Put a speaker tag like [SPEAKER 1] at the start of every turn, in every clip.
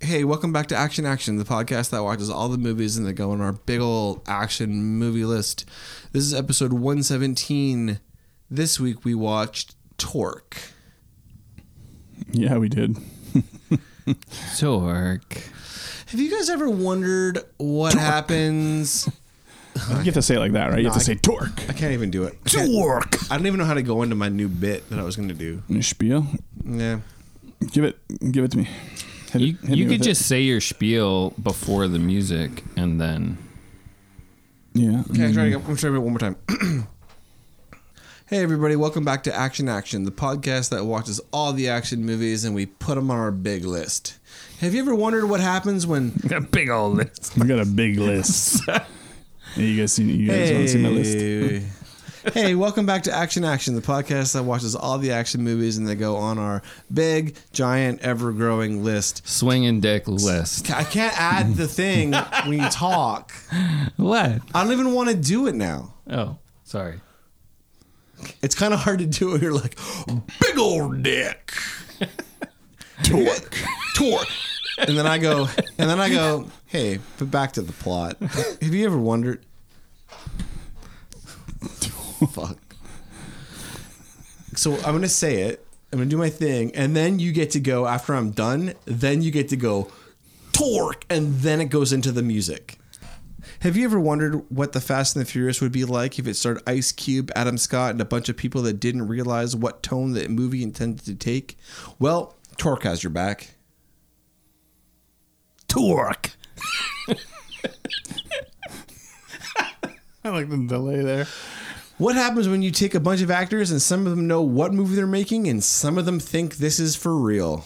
[SPEAKER 1] hey, welcome back to Action Action, the podcast that watches all the movies and they go on our big old action movie list. This is episode 117. This week we watched Torque.
[SPEAKER 2] Yeah, we did.
[SPEAKER 3] Torque.
[SPEAKER 1] Have you guys ever wondered what happens?
[SPEAKER 2] You have to say it like that, right? you have
[SPEAKER 1] No,
[SPEAKER 2] to
[SPEAKER 1] I-
[SPEAKER 2] say torque.
[SPEAKER 1] I can't even do it.
[SPEAKER 2] Torque.
[SPEAKER 1] I don't even know how to go into my new bit that I was going to do.
[SPEAKER 2] Spiel.
[SPEAKER 1] Yeah.
[SPEAKER 2] Give it. Give it to me. Hit
[SPEAKER 3] You,
[SPEAKER 2] it- hit me
[SPEAKER 3] you
[SPEAKER 2] with
[SPEAKER 3] could
[SPEAKER 2] it.
[SPEAKER 3] just say your spiel before the music and then.
[SPEAKER 2] Yeah.
[SPEAKER 1] Okay, I'm trying to, I'm trying to do it one more time. hey, everybody, welcome back to Action Action, the podcast that watches all the action movies and we put them on our big list. Have you ever wondered what happens when.
[SPEAKER 3] A big old list.
[SPEAKER 2] We got a big list. Hey, you guys seen? You guys want to see my list?
[SPEAKER 1] Hey. hey, welcome back to Action Action, the podcast that watches all the action movies and they go on our big, giant, ever growing list.
[SPEAKER 3] Swinging dick list.
[SPEAKER 1] I can't add the thing when you talk.
[SPEAKER 3] What?
[SPEAKER 1] I don't even want to do it now.
[SPEAKER 3] Oh, sorry.
[SPEAKER 1] It's kind of hard to do it. You're like, big old dick. Torque. Torque. And then I go, and then I go, hey, but back to the plot. Have you ever wondered? Fuck. So I'm going to say it. I'm going to do my thing. And then you get to go, after I'm done, then you get to go, torque. And then it goes into the music. Have you ever wondered what the Fast and the Furious would be like if it starred Ice Cube, Adam Scott, and a bunch of people that didn't realize what tone the movie intended to take? Well, Torque has your back.
[SPEAKER 2] Torque. I like the delay there.
[SPEAKER 1] What happens when you take a bunch of actors and some of them know what movie they're making and some of them think this is for real?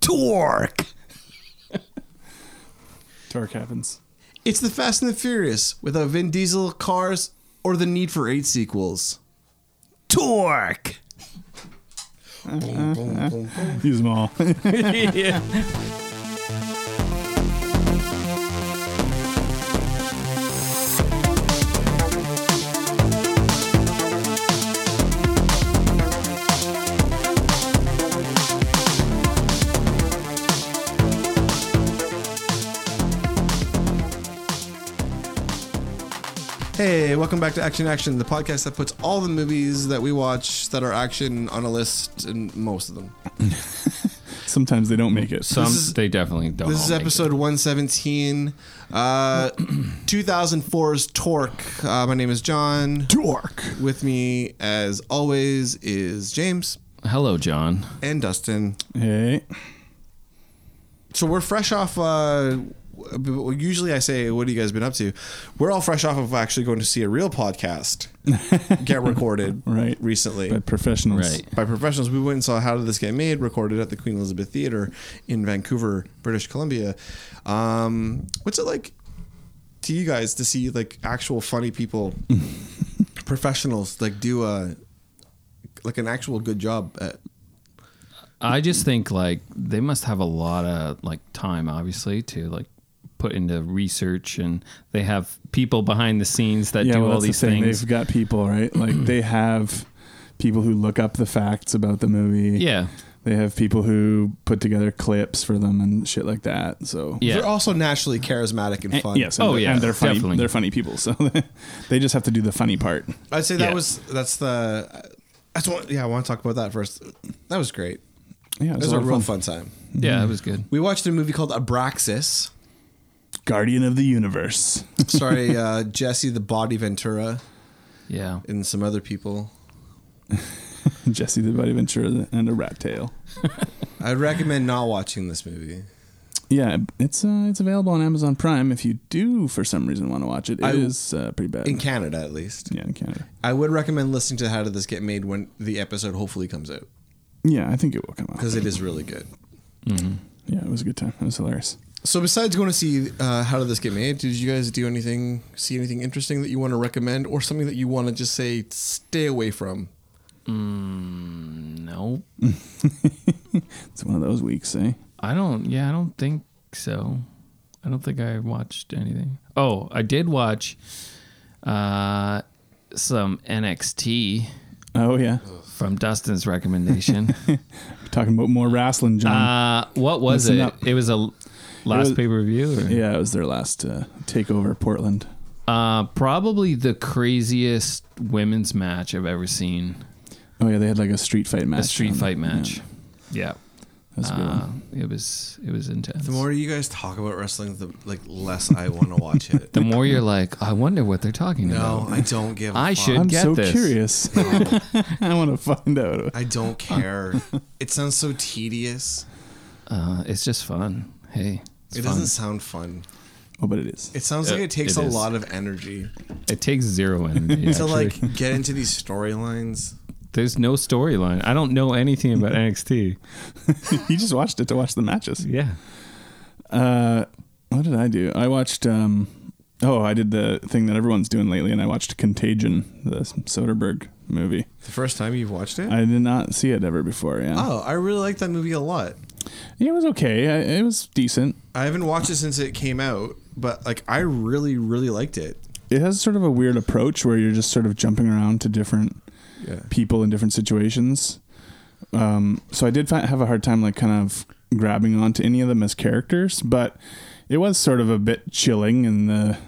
[SPEAKER 1] Torque!
[SPEAKER 2] Torque happens.
[SPEAKER 1] It's the Fast and the Furious without Vin Diesel, cars, or the need for eight sequels. Torque!
[SPEAKER 2] Use them all.
[SPEAKER 1] Hey, welcome back to Action Action, the podcast that puts all the movies that we watch that are action on a list, and most of them.
[SPEAKER 2] Sometimes they don't make it.
[SPEAKER 3] Some
[SPEAKER 1] is-
[SPEAKER 3] they definitely don't.
[SPEAKER 1] This is
[SPEAKER 3] all make
[SPEAKER 1] episode 117, uh, 2004's Torque. Uh, my name is John.
[SPEAKER 2] Torque.
[SPEAKER 1] With me, as always, is James
[SPEAKER 3] it. Hello, John.
[SPEAKER 1] and Dustin.
[SPEAKER 2] Hey.
[SPEAKER 1] So we're fresh off. Uh, w- usually I say, "What have you guys been up to?" We're all fresh off of actually going to see a real podcast get recorded
[SPEAKER 2] Right.
[SPEAKER 1] recently.
[SPEAKER 2] But professionals.
[SPEAKER 3] Right.
[SPEAKER 1] by professionals. We went and saw How Did This Get Made, recorded at the Queen Elizabeth Theater in Vancouver, British Columbia. Um, what's it like to you guys to see like actual funny people, professionals, like do a like an actual good job at?
[SPEAKER 3] I just think like they must have a lot of like time, obviously, to like put into research, and they have people behind the scenes that
[SPEAKER 2] yeah,
[SPEAKER 3] do
[SPEAKER 2] well,
[SPEAKER 3] all
[SPEAKER 2] that's
[SPEAKER 3] these
[SPEAKER 2] the thing.
[SPEAKER 3] things.
[SPEAKER 2] They've got people, right? Like they have people who look up the facts about the movie.
[SPEAKER 3] Yeah,
[SPEAKER 2] They have people who put together clips for them and shit like that. So
[SPEAKER 3] yeah.
[SPEAKER 1] They're also naturally charismatic and
[SPEAKER 2] And-
[SPEAKER 1] fun.
[SPEAKER 2] yes. and
[SPEAKER 3] Oh,
[SPEAKER 2] they're-
[SPEAKER 3] yeah,
[SPEAKER 2] And they're funny.
[SPEAKER 3] definitely.
[SPEAKER 2] They're funny people. So they just have to do the funny part.
[SPEAKER 1] I'd say that
[SPEAKER 3] Yeah.
[SPEAKER 1] was that's the that's one. Yeah, I want to talk about that first. That was great.
[SPEAKER 2] Yeah,
[SPEAKER 1] It
[SPEAKER 2] it's
[SPEAKER 1] was
[SPEAKER 2] a
[SPEAKER 1] a
[SPEAKER 2] lot of
[SPEAKER 1] real
[SPEAKER 2] fun.
[SPEAKER 1] fun time.
[SPEAKER 3] yeah,
[SPEAKER 2] Mm-hmm.
[SPEAKER 3] it was good.
[SPEAKER 1] We watched a movie called Abraxas.
[SPEAKER 2] Guardian of the Universe.
[SPEAKER 1] Sorry, uh, Jesse the Body Ventura.
[SPEAKER 3] Yeah.
[SPEAKER 1] and some other people.
[SPEAKER 2] Jesse the Body Ventura and a rat tail.
[SPEAKER 1] I'd recommend not watching this movie.
[SPEAKER 2] Yeah, it's uh, it's available on Amazon Prime if you do for some reason want to watch it. It
[SPEAKER 1] I-
[SPEAKER 2] is uh, pretty bad.
[SPEAKER 1] In Canada, at least.
[SPEAKER 2] yeah, in Canada.
[SPEAKER 1] I would recommend listening to How Did This Get Made when the episode hopefully comes out
[SPEAKER 2] Yeah, I think it will come out.
[SPEAKER 1] because it is really good.
[SPEAKER 2] Yeah, it was a good time. It was hilarious.
[SPEAKER 1] So, besides going to see uh, How Did This Get Made, did you guys do anything, see anything interesting that you want to recommend or something that you want to just say stay away from?
[SPEAKER 3] No,
[SPEAKER 2] It's one of those weeks, eh?
[SPEAKER 3] I don't. Yeah, I don't think so. I don't think I watched anything. Oh, I did watch uh, some NXT.
[SPEAKER 2] Oh yeah,
[SPEAKER 3] from Dustin's recommendation.
[SPEAKER 2] Mm-hmm. Talking about more wrestling, John.
[SPEAKER 3] uh, what was
[SPEAKER 2] Listen
[SPEAKER 3] it?
[SPEAKER 2] up.
[SPEAKER 3] It was a l- last
[SPEAKER 2] was-
[SPEAKER 3] pay per view.
[SPEAKER 2] yeah, it was their last uh, takeover Portland.
[SPEAKER 3] Uh, probably the craziest women's match I've ever seen.
[SPEAKER 2] Oh yeah, they had like a street fight match.
[SPEAKER 3] a street
[SPEAKER 2] on-
[SPEAKER 3] fight
[SPEAKER 2] yeah,
[SPEAKER 3] match. Yeah.
[SPEAKER 2] that's a good
[SPEAKER 3] Uh,
[SPEAKER 2] one.
[SPEAKER 3] it was it was intense.
[SPEAKER 1] The more you guys talk about wrestling, the like less I want to watch it.
[SPEAKER 3] The more you're like, I wonder what they're talking
[SPEAKER 1] no,
[SPEAKER 3] about.
[SPEAKER 1] I don't give. a
[SPEAKER 3] I
[SPEAKER 1] fuck.
[SPEAKER 3] should-
[SPEAKER 2] I'm
[SPEAKER 3] get
[SPEAKER 2] so
[SPEAKER 3] this.
[SPEAKER 2] curious.
[SPEAKER 1] No,
[SPEAKER 2] I want to find out.
[SPEAKER 1] I don't care. It sounds so tedious.
[SPEAKER 3] Uh, it's just fun. Hey, it's
[SPEAKER 1] it
[SPEAKER 3] fun.
[SPEAKER 1] doesn't sound fun.
[SPEAKER 2] Oh, but it is.
[SPEAKER 1] It sounds like
[SPEAKER 3] Uh,
[SPEAKER 1] it takes
[SPEAKER 3] it
[SPEAKER 1] a
[SPEAKER 3] is.
[SPEAKER 1] lot of energy
[SPEAKER 3] It takes zero energy.
[SPEAKER 1] to
[SPEAKER 3] actually.
[SPEAKER 1] like get into these storylines.
[SPEAKER 3] there's no storyline. I don't know anything about NXT.
[SPEAKER 2] you just watched it to watch the matches.
[SPEAKER 3] Yeah.
[SPEAKER 2] Uh, what did I do? I watched. Um, oh, I did the thing that everyone's doing lately, and I watched Contagion, the Soderbergh movie.
[SPEAKER 1] The first time you've watched it?
[SPEAKER 2] I did not see it ever before.
[SPEAKER 3] Ah.
[SPEAKER 2] Yeah,
[SPEAKER 1] oh, I really like that movie a lot.
[SPEAKER 2] yeah, it was okay. I, it was decent.
[SPEAKER 1] I haven't watched it since it came out, but like I really, really liked it.
[SPEAKER 2] It has sort of a weird approach where you're just sort of jumping around to different
[SPEAKER 1] Yeah.
[SPEAKER 2] people in different situations. Um, so I did fi- have a hard time like kind of grabbing onto any of them as characters, but it was sort of a bit chilling in the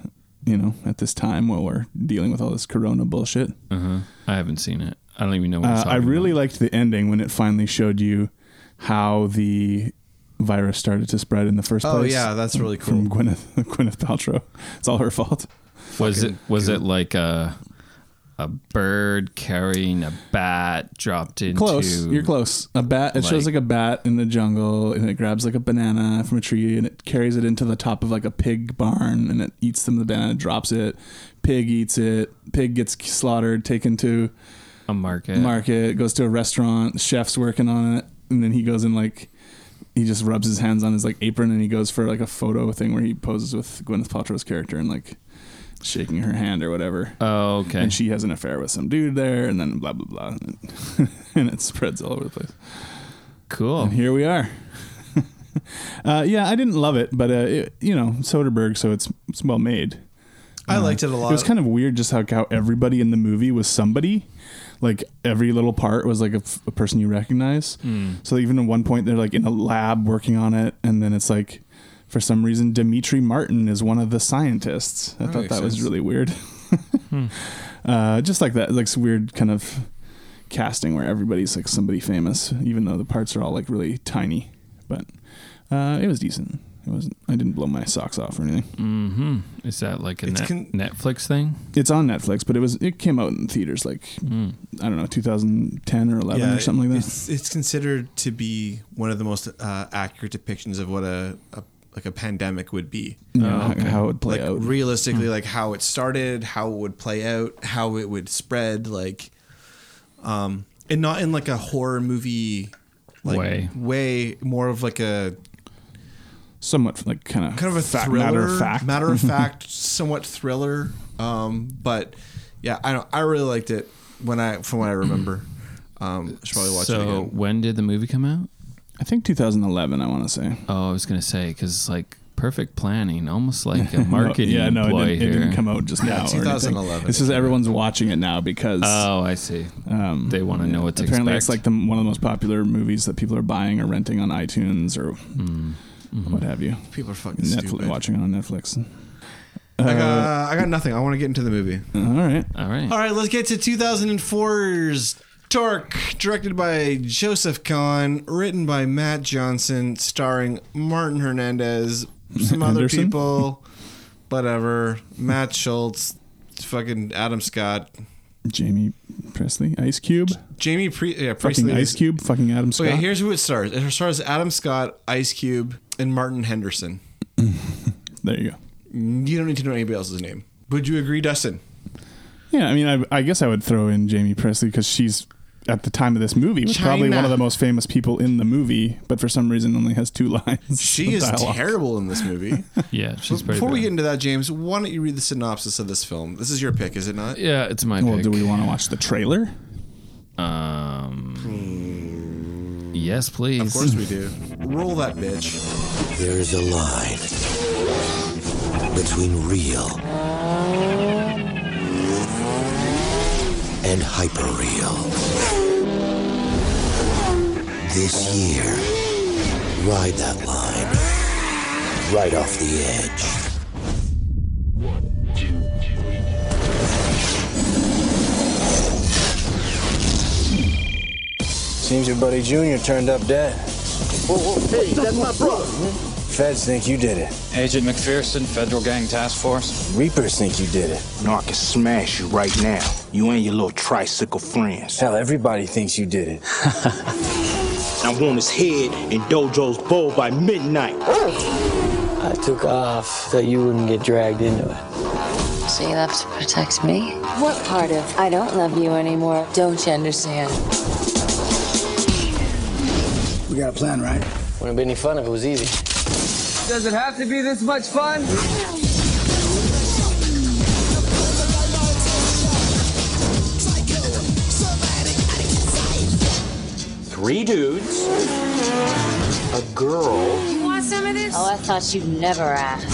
[SPEAKER 2] you know at this time while we're dealing with all this corona bullshit.
[SPEAKER 3] Uh-huh. I haven't seen it. I don't even know what
[SPEAKER 2] Uh,
[SPEAKER 3] it's
[SPEAKER 2] I really
[SPEAKER 3] about.
[SPEAKER 2] liked the ending when it finally showed you how the virus started to spread in the first
[SPEAKER 1] Oh
[SPEAKER 2] place.
[SPEAKER 1] yeah, that's really cool.
[SPEAKER 2] from Gwyneth Gwyneth Paltrow. It's all her fault.
[SPEAKER 3] was it
[SPEAKER 1] fucking
[SPEAKER 3] was
[SPEAKER 1] good.
[SPEAKER 3] it like a a bird carrying a bat dropped into
[SPEAKER 2] Close. You're close. A bat. It shows
[SPEAKER 3] like-
[SPEAKER 2] like a bat in the jungle, and it grabs like a banana from a tree, and it carries it into the top of like a pig barn, and it eats them. The banana drops it. Pig eats it. Pig gets slaughtered, taken to
[SPEAKER 3] a market?
[SPEAKER 2] market, goes to a restaurant. Chef's working on it, and then he goes and like he just rubs his hands on his like apron, and he goes for like a photo thing where he poses with Gwyneth Paltrow's character and like shaking her hand or whatever
[SPEAKER 3] oh, okay.
[SPEAKER 2] and she has an affair with some dude there, and then blah blah blah, and, and it spreads all over the place.
[SPEAKER 3] cool.
[SPEAKER 2] And here we are. uh, yeah, I didn't love it, but uh, it, you know Soderbergh, so it's it's well made.
[SPEAKER 1] I
[SPEAKER 2] Uh,
[SPEAKER 1] liked it a lot.
[SPEAKER 2] It was kind of weird just how how everybody in the movie was somebody. Like every little part was like a, f- a person you recognize. So even at one point they're like in a lab working on it, and then it's like for some reason Dimitri Martin is one of the scientists. I
[SPEAKER 1] That
[SPEAKER 2] thought
[SPEAKER 1] makes
[SPEAKER 2] that was
[SPEAKER 1] sense. Hmm.
[SPEAKER 2] really weird. uh, just like that, like weird kind of casting where everybody's like somebody famous, even though the parts are all like really tiny. But uh, it was decent. It wasn't. I didn't blow my socks off or anything.
[SPEAKER 3] hmm Is that like a
[SPEAKER 1] It's
[SPEAKER 3] net,
[SPEAKER 1] con-
[SPEAKER 3] Netflix thing?
[SPEAKER 2] It's on Netflix, but it was it came out in theaters like
[SPEAKER 3] Mm.
[SPEAKER 2] I don't know 2010 or 11 or something like that.
[SPEAKER 1] Hmm. It's, it's considered to be one of the most uh, accurate depictions of what a, a like a pandemic would be.
[SPEAKER 2] Yeah,
[SPEAKER 3] Oh, okay.
[SPEAKER 2] how it would play
[SPEAKER 1] like
[SPEAKER 2] out. Hmm.
[SPEAKER 1] realistically, like how it started, how it would play out, how it would spread, like, um, and not in like a horror movie like,
[SPEAKER 3] Way.
[SPEAKER 1] way, more of like a
[SPEAKER 2] Somewhat like kind of
[SPEAKER 1] kind of a
[SPEAKER 2] fact-
[SPEAKER 1] thriller,
[SPEAKER 2] matter of fact.
[SPEAKER 1] matter of fact, somewhat thriller. Um, but yeah, I don't. I really liked it when I from what I remember. Um, I should probably watch
[SPEAKER 3] so
[SPEAKER 1] it again.
[SPEAKER 3] when did the movie come out?
[SPEAKER 2] I think 2011. I want to say.
[SPEAKER 3] Oh, I was gonna say because it's like perfect planning, almost like a marketing
[SPEAKER 2] yeah, no,
[SPEAKER 3] ploy
[SPEAKER 2] it didn't,
[SPEAKER 3] here.
[SPEAKER 2] it didn't come out just now. or anything.
[SPEAKER 1] 2011
[SPEAKER 2] It's
[SPEAKER 1] it
[SPEAKER 2] just everyone's watching it now because
[SPEAKER 3] Oh, I see.
[SPEAKER 2] um,
[SPEAKER 3] They want to know what to
[SPEAKER 2] apparently
[SPEAKER 3] expect.
[SPEAKER 2] it's like the, one of the most popular movies that people are buying or renting on iTunes or
[SPEAKER 3] Mm, mm-hmm.
[SPEAKER 2] what have you.
[SPEAKER 1] People are fucking
[SPEAKER 2] Netflix,
[SPEAKER 1] stupid.
[SPEAKER 2] watching it on Netflix.
[SPEAKER 1] I
[SPEAKER 2] Uh,
[SPEAKER 1] got, I got nothing. I want to get into the movie.
[SPEAKER 2] all right.
[SPEAKER 3] all right.
[SPEAKER 1] All right, let's get to 2004's Torque, directed by Joseph Kahn, written by Matt Johnson, starring Martin Hernandez, some other
[SPEAKER 2] Anderson?
[SPEAKER 1] people, whatever. Matt Schultz, fucking Adam Scott,
[SPEAKER 2] Jamie Presley, Ice Cube,
[SPEAKER 1] Jamie Pre- yeah,
[SPEAKER 2] fucking
[SPEAKER 1] Priestley.
[SPEAKER 2] Ice Cube, fucking Adam Scott.
[SPEAKER 1] Okay, here's who it stars. It stars Adam Scott, Ice Cube, and Martin Henderson.
[SPEAKER 2] there you go.
[SPEAKER 1] You don't need to know anybody else's name. Would you agree, Dustin?
[SPEAKER 2] Yeah, I mean, I, I guess I would throw in Jamie Presley because she's at the time of this movie was probably
[SPEAKER 1] China.
[SPEAKER 2] one of the most famous people in the movie, but for some reason only has two lines.
[SPEAKER 1] She
[SPEAKER 2] of
[SPEAKER 1] is
[SPEAKER 2] dialogue.
[SPEAKER 1] terrible in this movie.
[SPEAKER 3] Yeah, she's pretty.
[SPEAKER 1] Before we get
[SPEAKER 3] bad.
[SPEAKER 1] into that, James, why don't you read the synopsis of this film? This is your pick, is it not?
[SPEAKER 3] yeah, it's my
[SPEAKER 2] Well,
[SPEAKER 3] pick.
[SPEAKER 2] do we want to watch the trailer?
[SPEAKER 3] um, yes, please.
[SPEAKER 1] Hmm. Of course we do. Roll that bitch.
[SPEAKER 4] There is a line between real and hyperreal. This year, ride that line right off the edge. Seems your buddy Junior turned up dead. hey, that's my brother. Feds think you did it.
[SPEAKER 5] Agent McPherson, Federal Gang Task Force.
[SPEAKER 4] Reapers think you did it.
[SPEAKER 6] No, I can smash you right now. You and your little tricycle friends.
[SPEAKER 4] Hell, everybody thinks you did it.
[SPEAKER 6] I want his head in Dojo's bowl by midnight.
[SPEAKER 7] I took off so you wouldn't get dragged into it.
[SPEAKER 8] So you left to protect me?
[SPEAKER 9] What part of I don't love you anymore don't you understand?
[SPEAKER 4] We got a plan, right?
[SPEAKER 7] Wouldn't be any fun if it was easy.
[SPEAKER 10] Does it have to be this much fun?
[SPEAKER 5] Three dudes, a girl,
[SPEAKER 9] You want some of this?
[SPEAKER 8] Oh, I thought you'd never ask.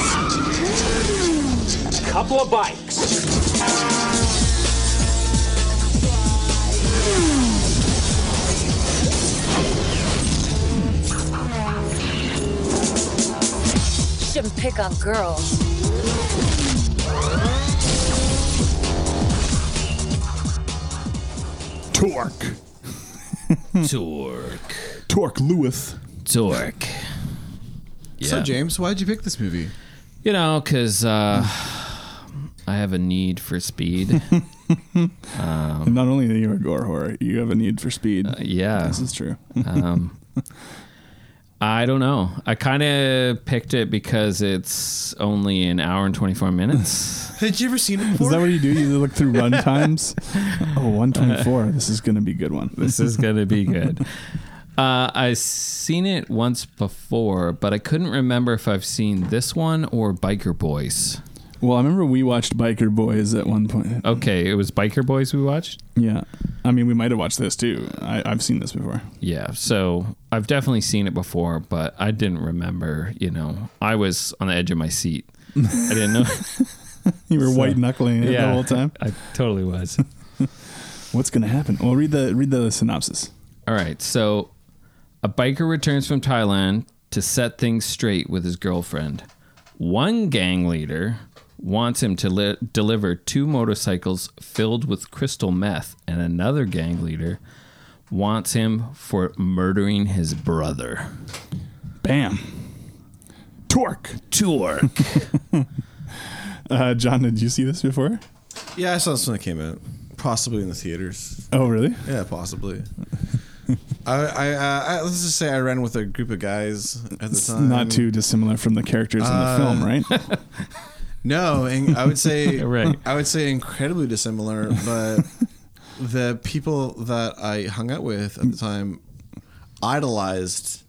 [SPEAKER 5] couple of bikes.
[SPEAKER 8] Shouldn't pick on girls.
[SPEAKER 2] Torque.
[SPEAKER 3] Torque.
[SPEAKER 2] Torque Lewis.
[SPEAKER 3] Torque. Yeah.
[SPEAKER 11] So, James, why did you pick this movie?
[SPEAKER 3] You know, because uh, I have a need for speed.
[SPEAKER 2] Not only that you're a gore horror, you have a need for speed.
[SPEAKER 3] yeah.
[SPEAKER 2] This is true.
[SPEAKER 3] I don't know. I kind of picked it because it's only an hour and 24 minutes.
[SPEAKER 11] Had you ever seen it
[SPEAKER 2] Is
[SPEAKER 11] before?
[SPEAKER 2] that what you do? You look through run times? Oh, 124. This is going to be a good one.
[SPEAKER 3] this is going to be good. Uh, I've seen it once before, but I couldn't remember if I've seen this one or Biker Boys.
[SPEAKER 2] Well, I remember we watched Biker Boys at one point.
[SPEAKER 3] Okay, it was Biker Boys we watched?
[SPEAKER 2] Yeah. I mean, we might have watched this too. I, I've seen this before.
[SPEAKER 3] Yeah, so I've definitely seen it before, but I didn't remember, you know, I was on the edge of my seat. I didn't know.
[SPEAKER 2] You were white knuckling it
[SPEAKER 3] yeah,
[SPEAKER 2] the whole time.
[SPEAKER 3] I totally was.
[SPEAKER 2] What's going to happen? Well, read the read the synopsis.
[SPEAKER 3] All right, so a biker returns from Thailand to set things straight with his girlfriend. One gang leader wants him to li- deliver two motorcycles filled with crystal meth, and another gang leader wants him for murdering his brother.
[SPEAKER 2] Bam. Torque.
[SPEAKER 3] Torque.
[SPEAKER 2] Uh, John, did you see this before?
[SPEAKER 1] Yeah, I saw this when it came out, possibly in the theaters.
[SPEAKER 2] Oh, really?
[SPEAKER 1] Yeah, possibly. I, I, uh, I let's just say I ran with a group of guys at the
[SPEAKER 2] It's
[SPEAKER 1] time.
[SPEAKER 2] not too dissimilar from the characters
[SPEAKER 1] uh,
[SPEAKER 2] in the film, right?
[SPEAKER 1] No, and I would say
[SPEAKER 3] Right.
[SPEAKER 1] I would say incredibly dissimilar, but the people that I hung out with at the time idolized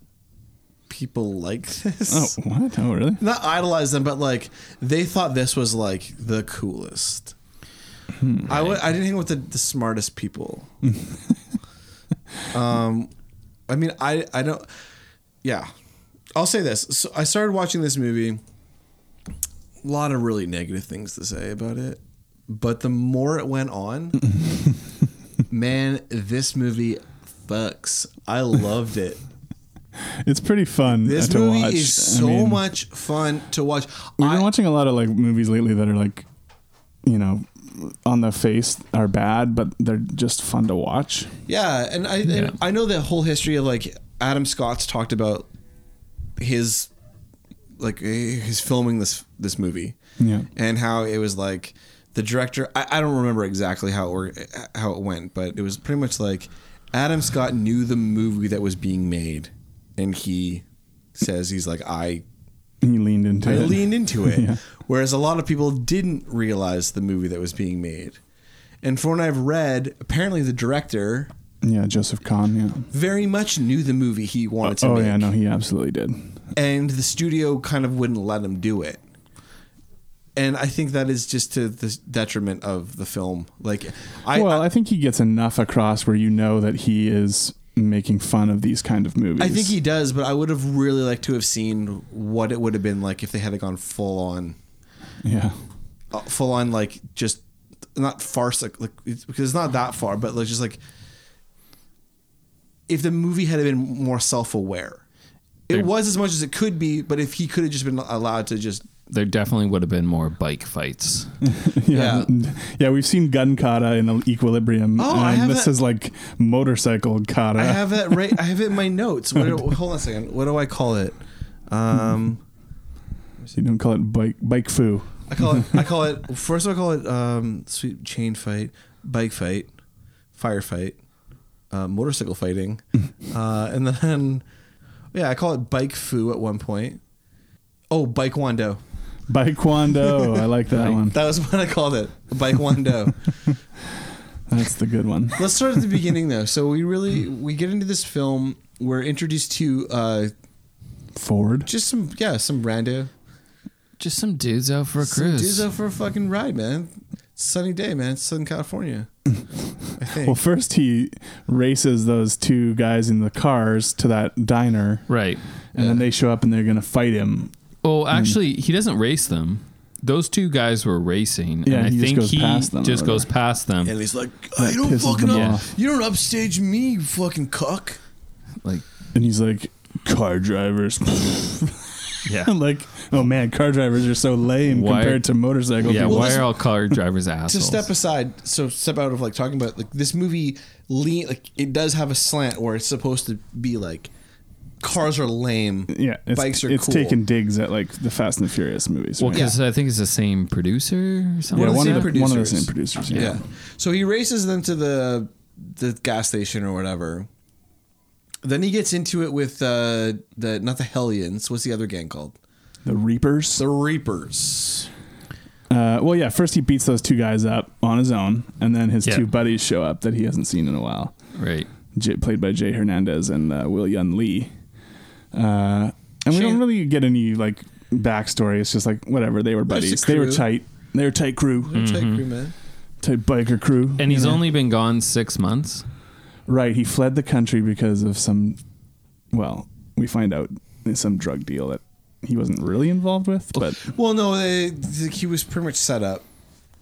[SPEAKER 1] people like
[SPEAKER 2] Oh,
[SPEAKER 1] this.
[SPEAKER 2] what? Oh, really?
[SPEAKER 1] Not idolized them, but like they thought this was like the coolest.
[SPEAKER 2] Hmm.
[SPEAKER 1] I I w- I didn't hang with the, the smartest people. um, I mean, I I don't. Yeah, I'll say this. So I started watching this movie a lot of really negative things to say about it, but the more it went on, man, this movie fucks. I loved it.
[SPEAKER 2] It's pretty fun
[SPEAKER 1] This
[SPEAKER 2] uh, to
[SPEAKER 1] movie
[SPEAKER 2] watch.
[SPEAKER 1] is
[SPEAKER 2] I
[SPEAKER 1] so
[SPEAKER 2] mean,
[SPEAKER 1] much fun to watch.
[SPEAKER 2] We've
[SPEAKER 1] I-
[SPEAKER 2] been watching a lot of like movies lately that are like, you know, on the face are bad, but they're just fun to watch.
[SPEAKER 1] yeah, and I and I know the whole history of like Adam Scott's talked about his like eh, his filming this this movie.
[SPEAKER 2] Yeah.
[SPEAKER 1] and how it was like the director I, I don't remember exactly how it, wor- how it went but it was pretty much like adam scott knew the movie that was being made and he says he's like i
[SPEAKER 2] And you leaned into
[SPEAKER 1] i
[SPEAKER 2] it.
[SPEAKER 1] leaned into it
[SPEAKER 2] Yeah.
[SPEAKER 1] whereas a lot of people didn't realize the movie that was being made and from what i've read apparently the director
[SPEAKER 2] Yeah, Joseph Kahn. Yeah.
[SPEAKER 1] very much knew the movie he wanted to
[SPEAKER 2] oh
[SPEAKER 1] make
[SPEAKER 2] yeah, no, he absolutely did.
[SPEAKER 1] and the studio kind of wouldn't let him do it. And I think that is just to the detriment of the film. Like, I,
[SPEAKER 2] well,
[SPEAKER 1] I,
[SPEAKER 2] I, think he gets enough across where you know that he is making fun of these kind of movies.
[SPEAKER 1] I think he does, but I would have really liked to have seen what it would have been like if they had gone full on,
[SPEAKER 2] Yeah.
[SPEAKER 1] uh, full on like just not farce like, like it's, because it's not that far, but like just like if the movie had been more self-aware. It
[SPEAKER 3] They're-
[SPEAKER 1] was as much as it could be, but if he could have just been allowed to just
[SPEAKER 3] There definitely would have been more bike fights.
[SPEAKER 2] yeah. Yeah, we've seen gun kata in equilibrium.
[SPEAKER 1] Oh, I have
[SPEAKER 2] this
[SPEAKER 1] that-
[SPEAKER 2] is like motorcycle kata.
[SPEAKER 1] I have that right. I have it in my notes. What do, hold on a second. What do I call it? Um,
[SPEAKER 2] So you don't call it bike bike foo.
[SPEAKER 1] I call it. I call it. First, I call it um, sweet chain fight, bike fight, firefight, uh, motorcycle fighting, uh, and then yeah, I call it bike foo at one point. Oh, bike wando.
[SPEAKER 2] Bike wando. I like that one.
[SPEAKER 1] That was what I called it. Bike wando.
[SPEAKER 2] That's the good one.
[SPEAKER 1] Let's start at the beginning though. So we really we get into this film. We're introduced to uh,
[SPEAKER 2] Ford.
[SPEAKER 1] just some yeah some rando.
[SPEAKER 3] Just some dudes out for a
[SPEAKER 1] Some
[SPEAKER 3] cruise.
[SPEAKER 1] dudes out for a fucking ride, man. It's a sunny day, man. It's Southern California. I think.
[SPEAKER 2] Well, first he races those two guys in the cars to that diner.
[SPEAKER 3] Right.
[SPEAKER 2] And then they show up and they're going to fight him. Hmm.
[SPEAKER 3] Oh, actually, he doesn't race them. Those two guys were racing,
[SPEAKER 2] Yeah,
[SPEAKER 3] and I
[SPEAKER 2] he just
[SPEAKER 3] think
[SPEAKER 2] goes
[SPEAKER 3] he
[SPEAKER 2] past them or
[SPEAKER 3] just goes
[SPEAKER 2] whatever.
[SPEAKER 3] past them.
[SPEAKER 1] and he's like,
[SPEAKER 2] That
[SPEAKER 1] you don't
[SPEAKER 2] pisses
[SPEAKER 1] fucking
[SPEAKER 2] them
[SPEAKER 1] up,
[SPEAKER 2] off.
[SPEAKER 1] you don't upstage me, you fucking cuck.
[SPEAKER 3] like,
[SPEAKER 2] And he's like, car drivers.
[SPEAKER 3] yeah,
[SPEAKER 2] like, oh man, car drivers are so lame
[SPEAKER 3] Why-
[SPEAKER 2] compared to motorcycle
[SPEAKER 3] yeah.
[SPEAKER 2] people.
[SPEAKER 3] why are all car drivers assholes?
[SPEAKER 1] To step aside, so step out of like talking about like this movie lean like it does have a slant where it's supposed to be like cars are lame,
[SPEAKER 2] yeah, it's,
[SPEAKER 1] bikes are
[SPEAKER 2] it's
[SPEAKER 1] cool.
[SPEAKER 2] taking digs at like the Fast and the Furious movies.
[SPEAKER 3] well,
[SPEAKER 2] right?
[SPEAKER 3] because I think it's the same producer or something.
[SPEAKER 2] yeah,
[SPEAKER 1] One
[SPEAKER 2] one
[SPEAKER 1] of
[SPEAKER 2] of,
[SPEAKER 1] the
[SPEAKER 2] the,
[SPEAKER 1] same
[SPEAKER 2] one of
[SPEAKER 1] producers.
[SPEAKER 2] the same producers.
[SPEAKER 1] yeah.
[SPEAKER 2] Yeah.
[SPEAKER 1] So he races them to the the gas station or whatever. Then he gets into it with uh, the not the Hellions. What's the other gang called?
[SPEAKER 2] the Reapers.
[SPEAKER 1] The Reapers.
[SPEAKER 2] Uh, well, yeah. First, he beats those two guys up on his own, and then his
[SPEAKER 3] Yeah.
[SPEAKER 2] two buddies show up that he hasn't seen in a while.
[SPEAKER 3] Right.
[SPEAKER 2] J- played by Jay Hernandez and uh, Will Yun Lee. Uh, and we
[SPEAKER 1] Shane-
[SPEAKER 2] don't really get any like backstory. It's just like whatever they were
[SPEAKER 1] They're just a
[SPEAKER 2] buddies. They were
[SPEAKER 1] crew.
[SPEAKER 2] tight. They were tight crew,
[SPEAKER 1] Check, crew, man.
[SPEAKER 2] tight biker crew.
[SPEAKER 3] And he's
[SPEAKER 2] you know?
[SPEAKER 3] only been gone six months.
[SPEAKER 2] right. He fled the country because of some. Well, we find out some drug deal that he wasn't really involved with, but
[SPEAKER 1] Well, no, they, th- he was pretty much set up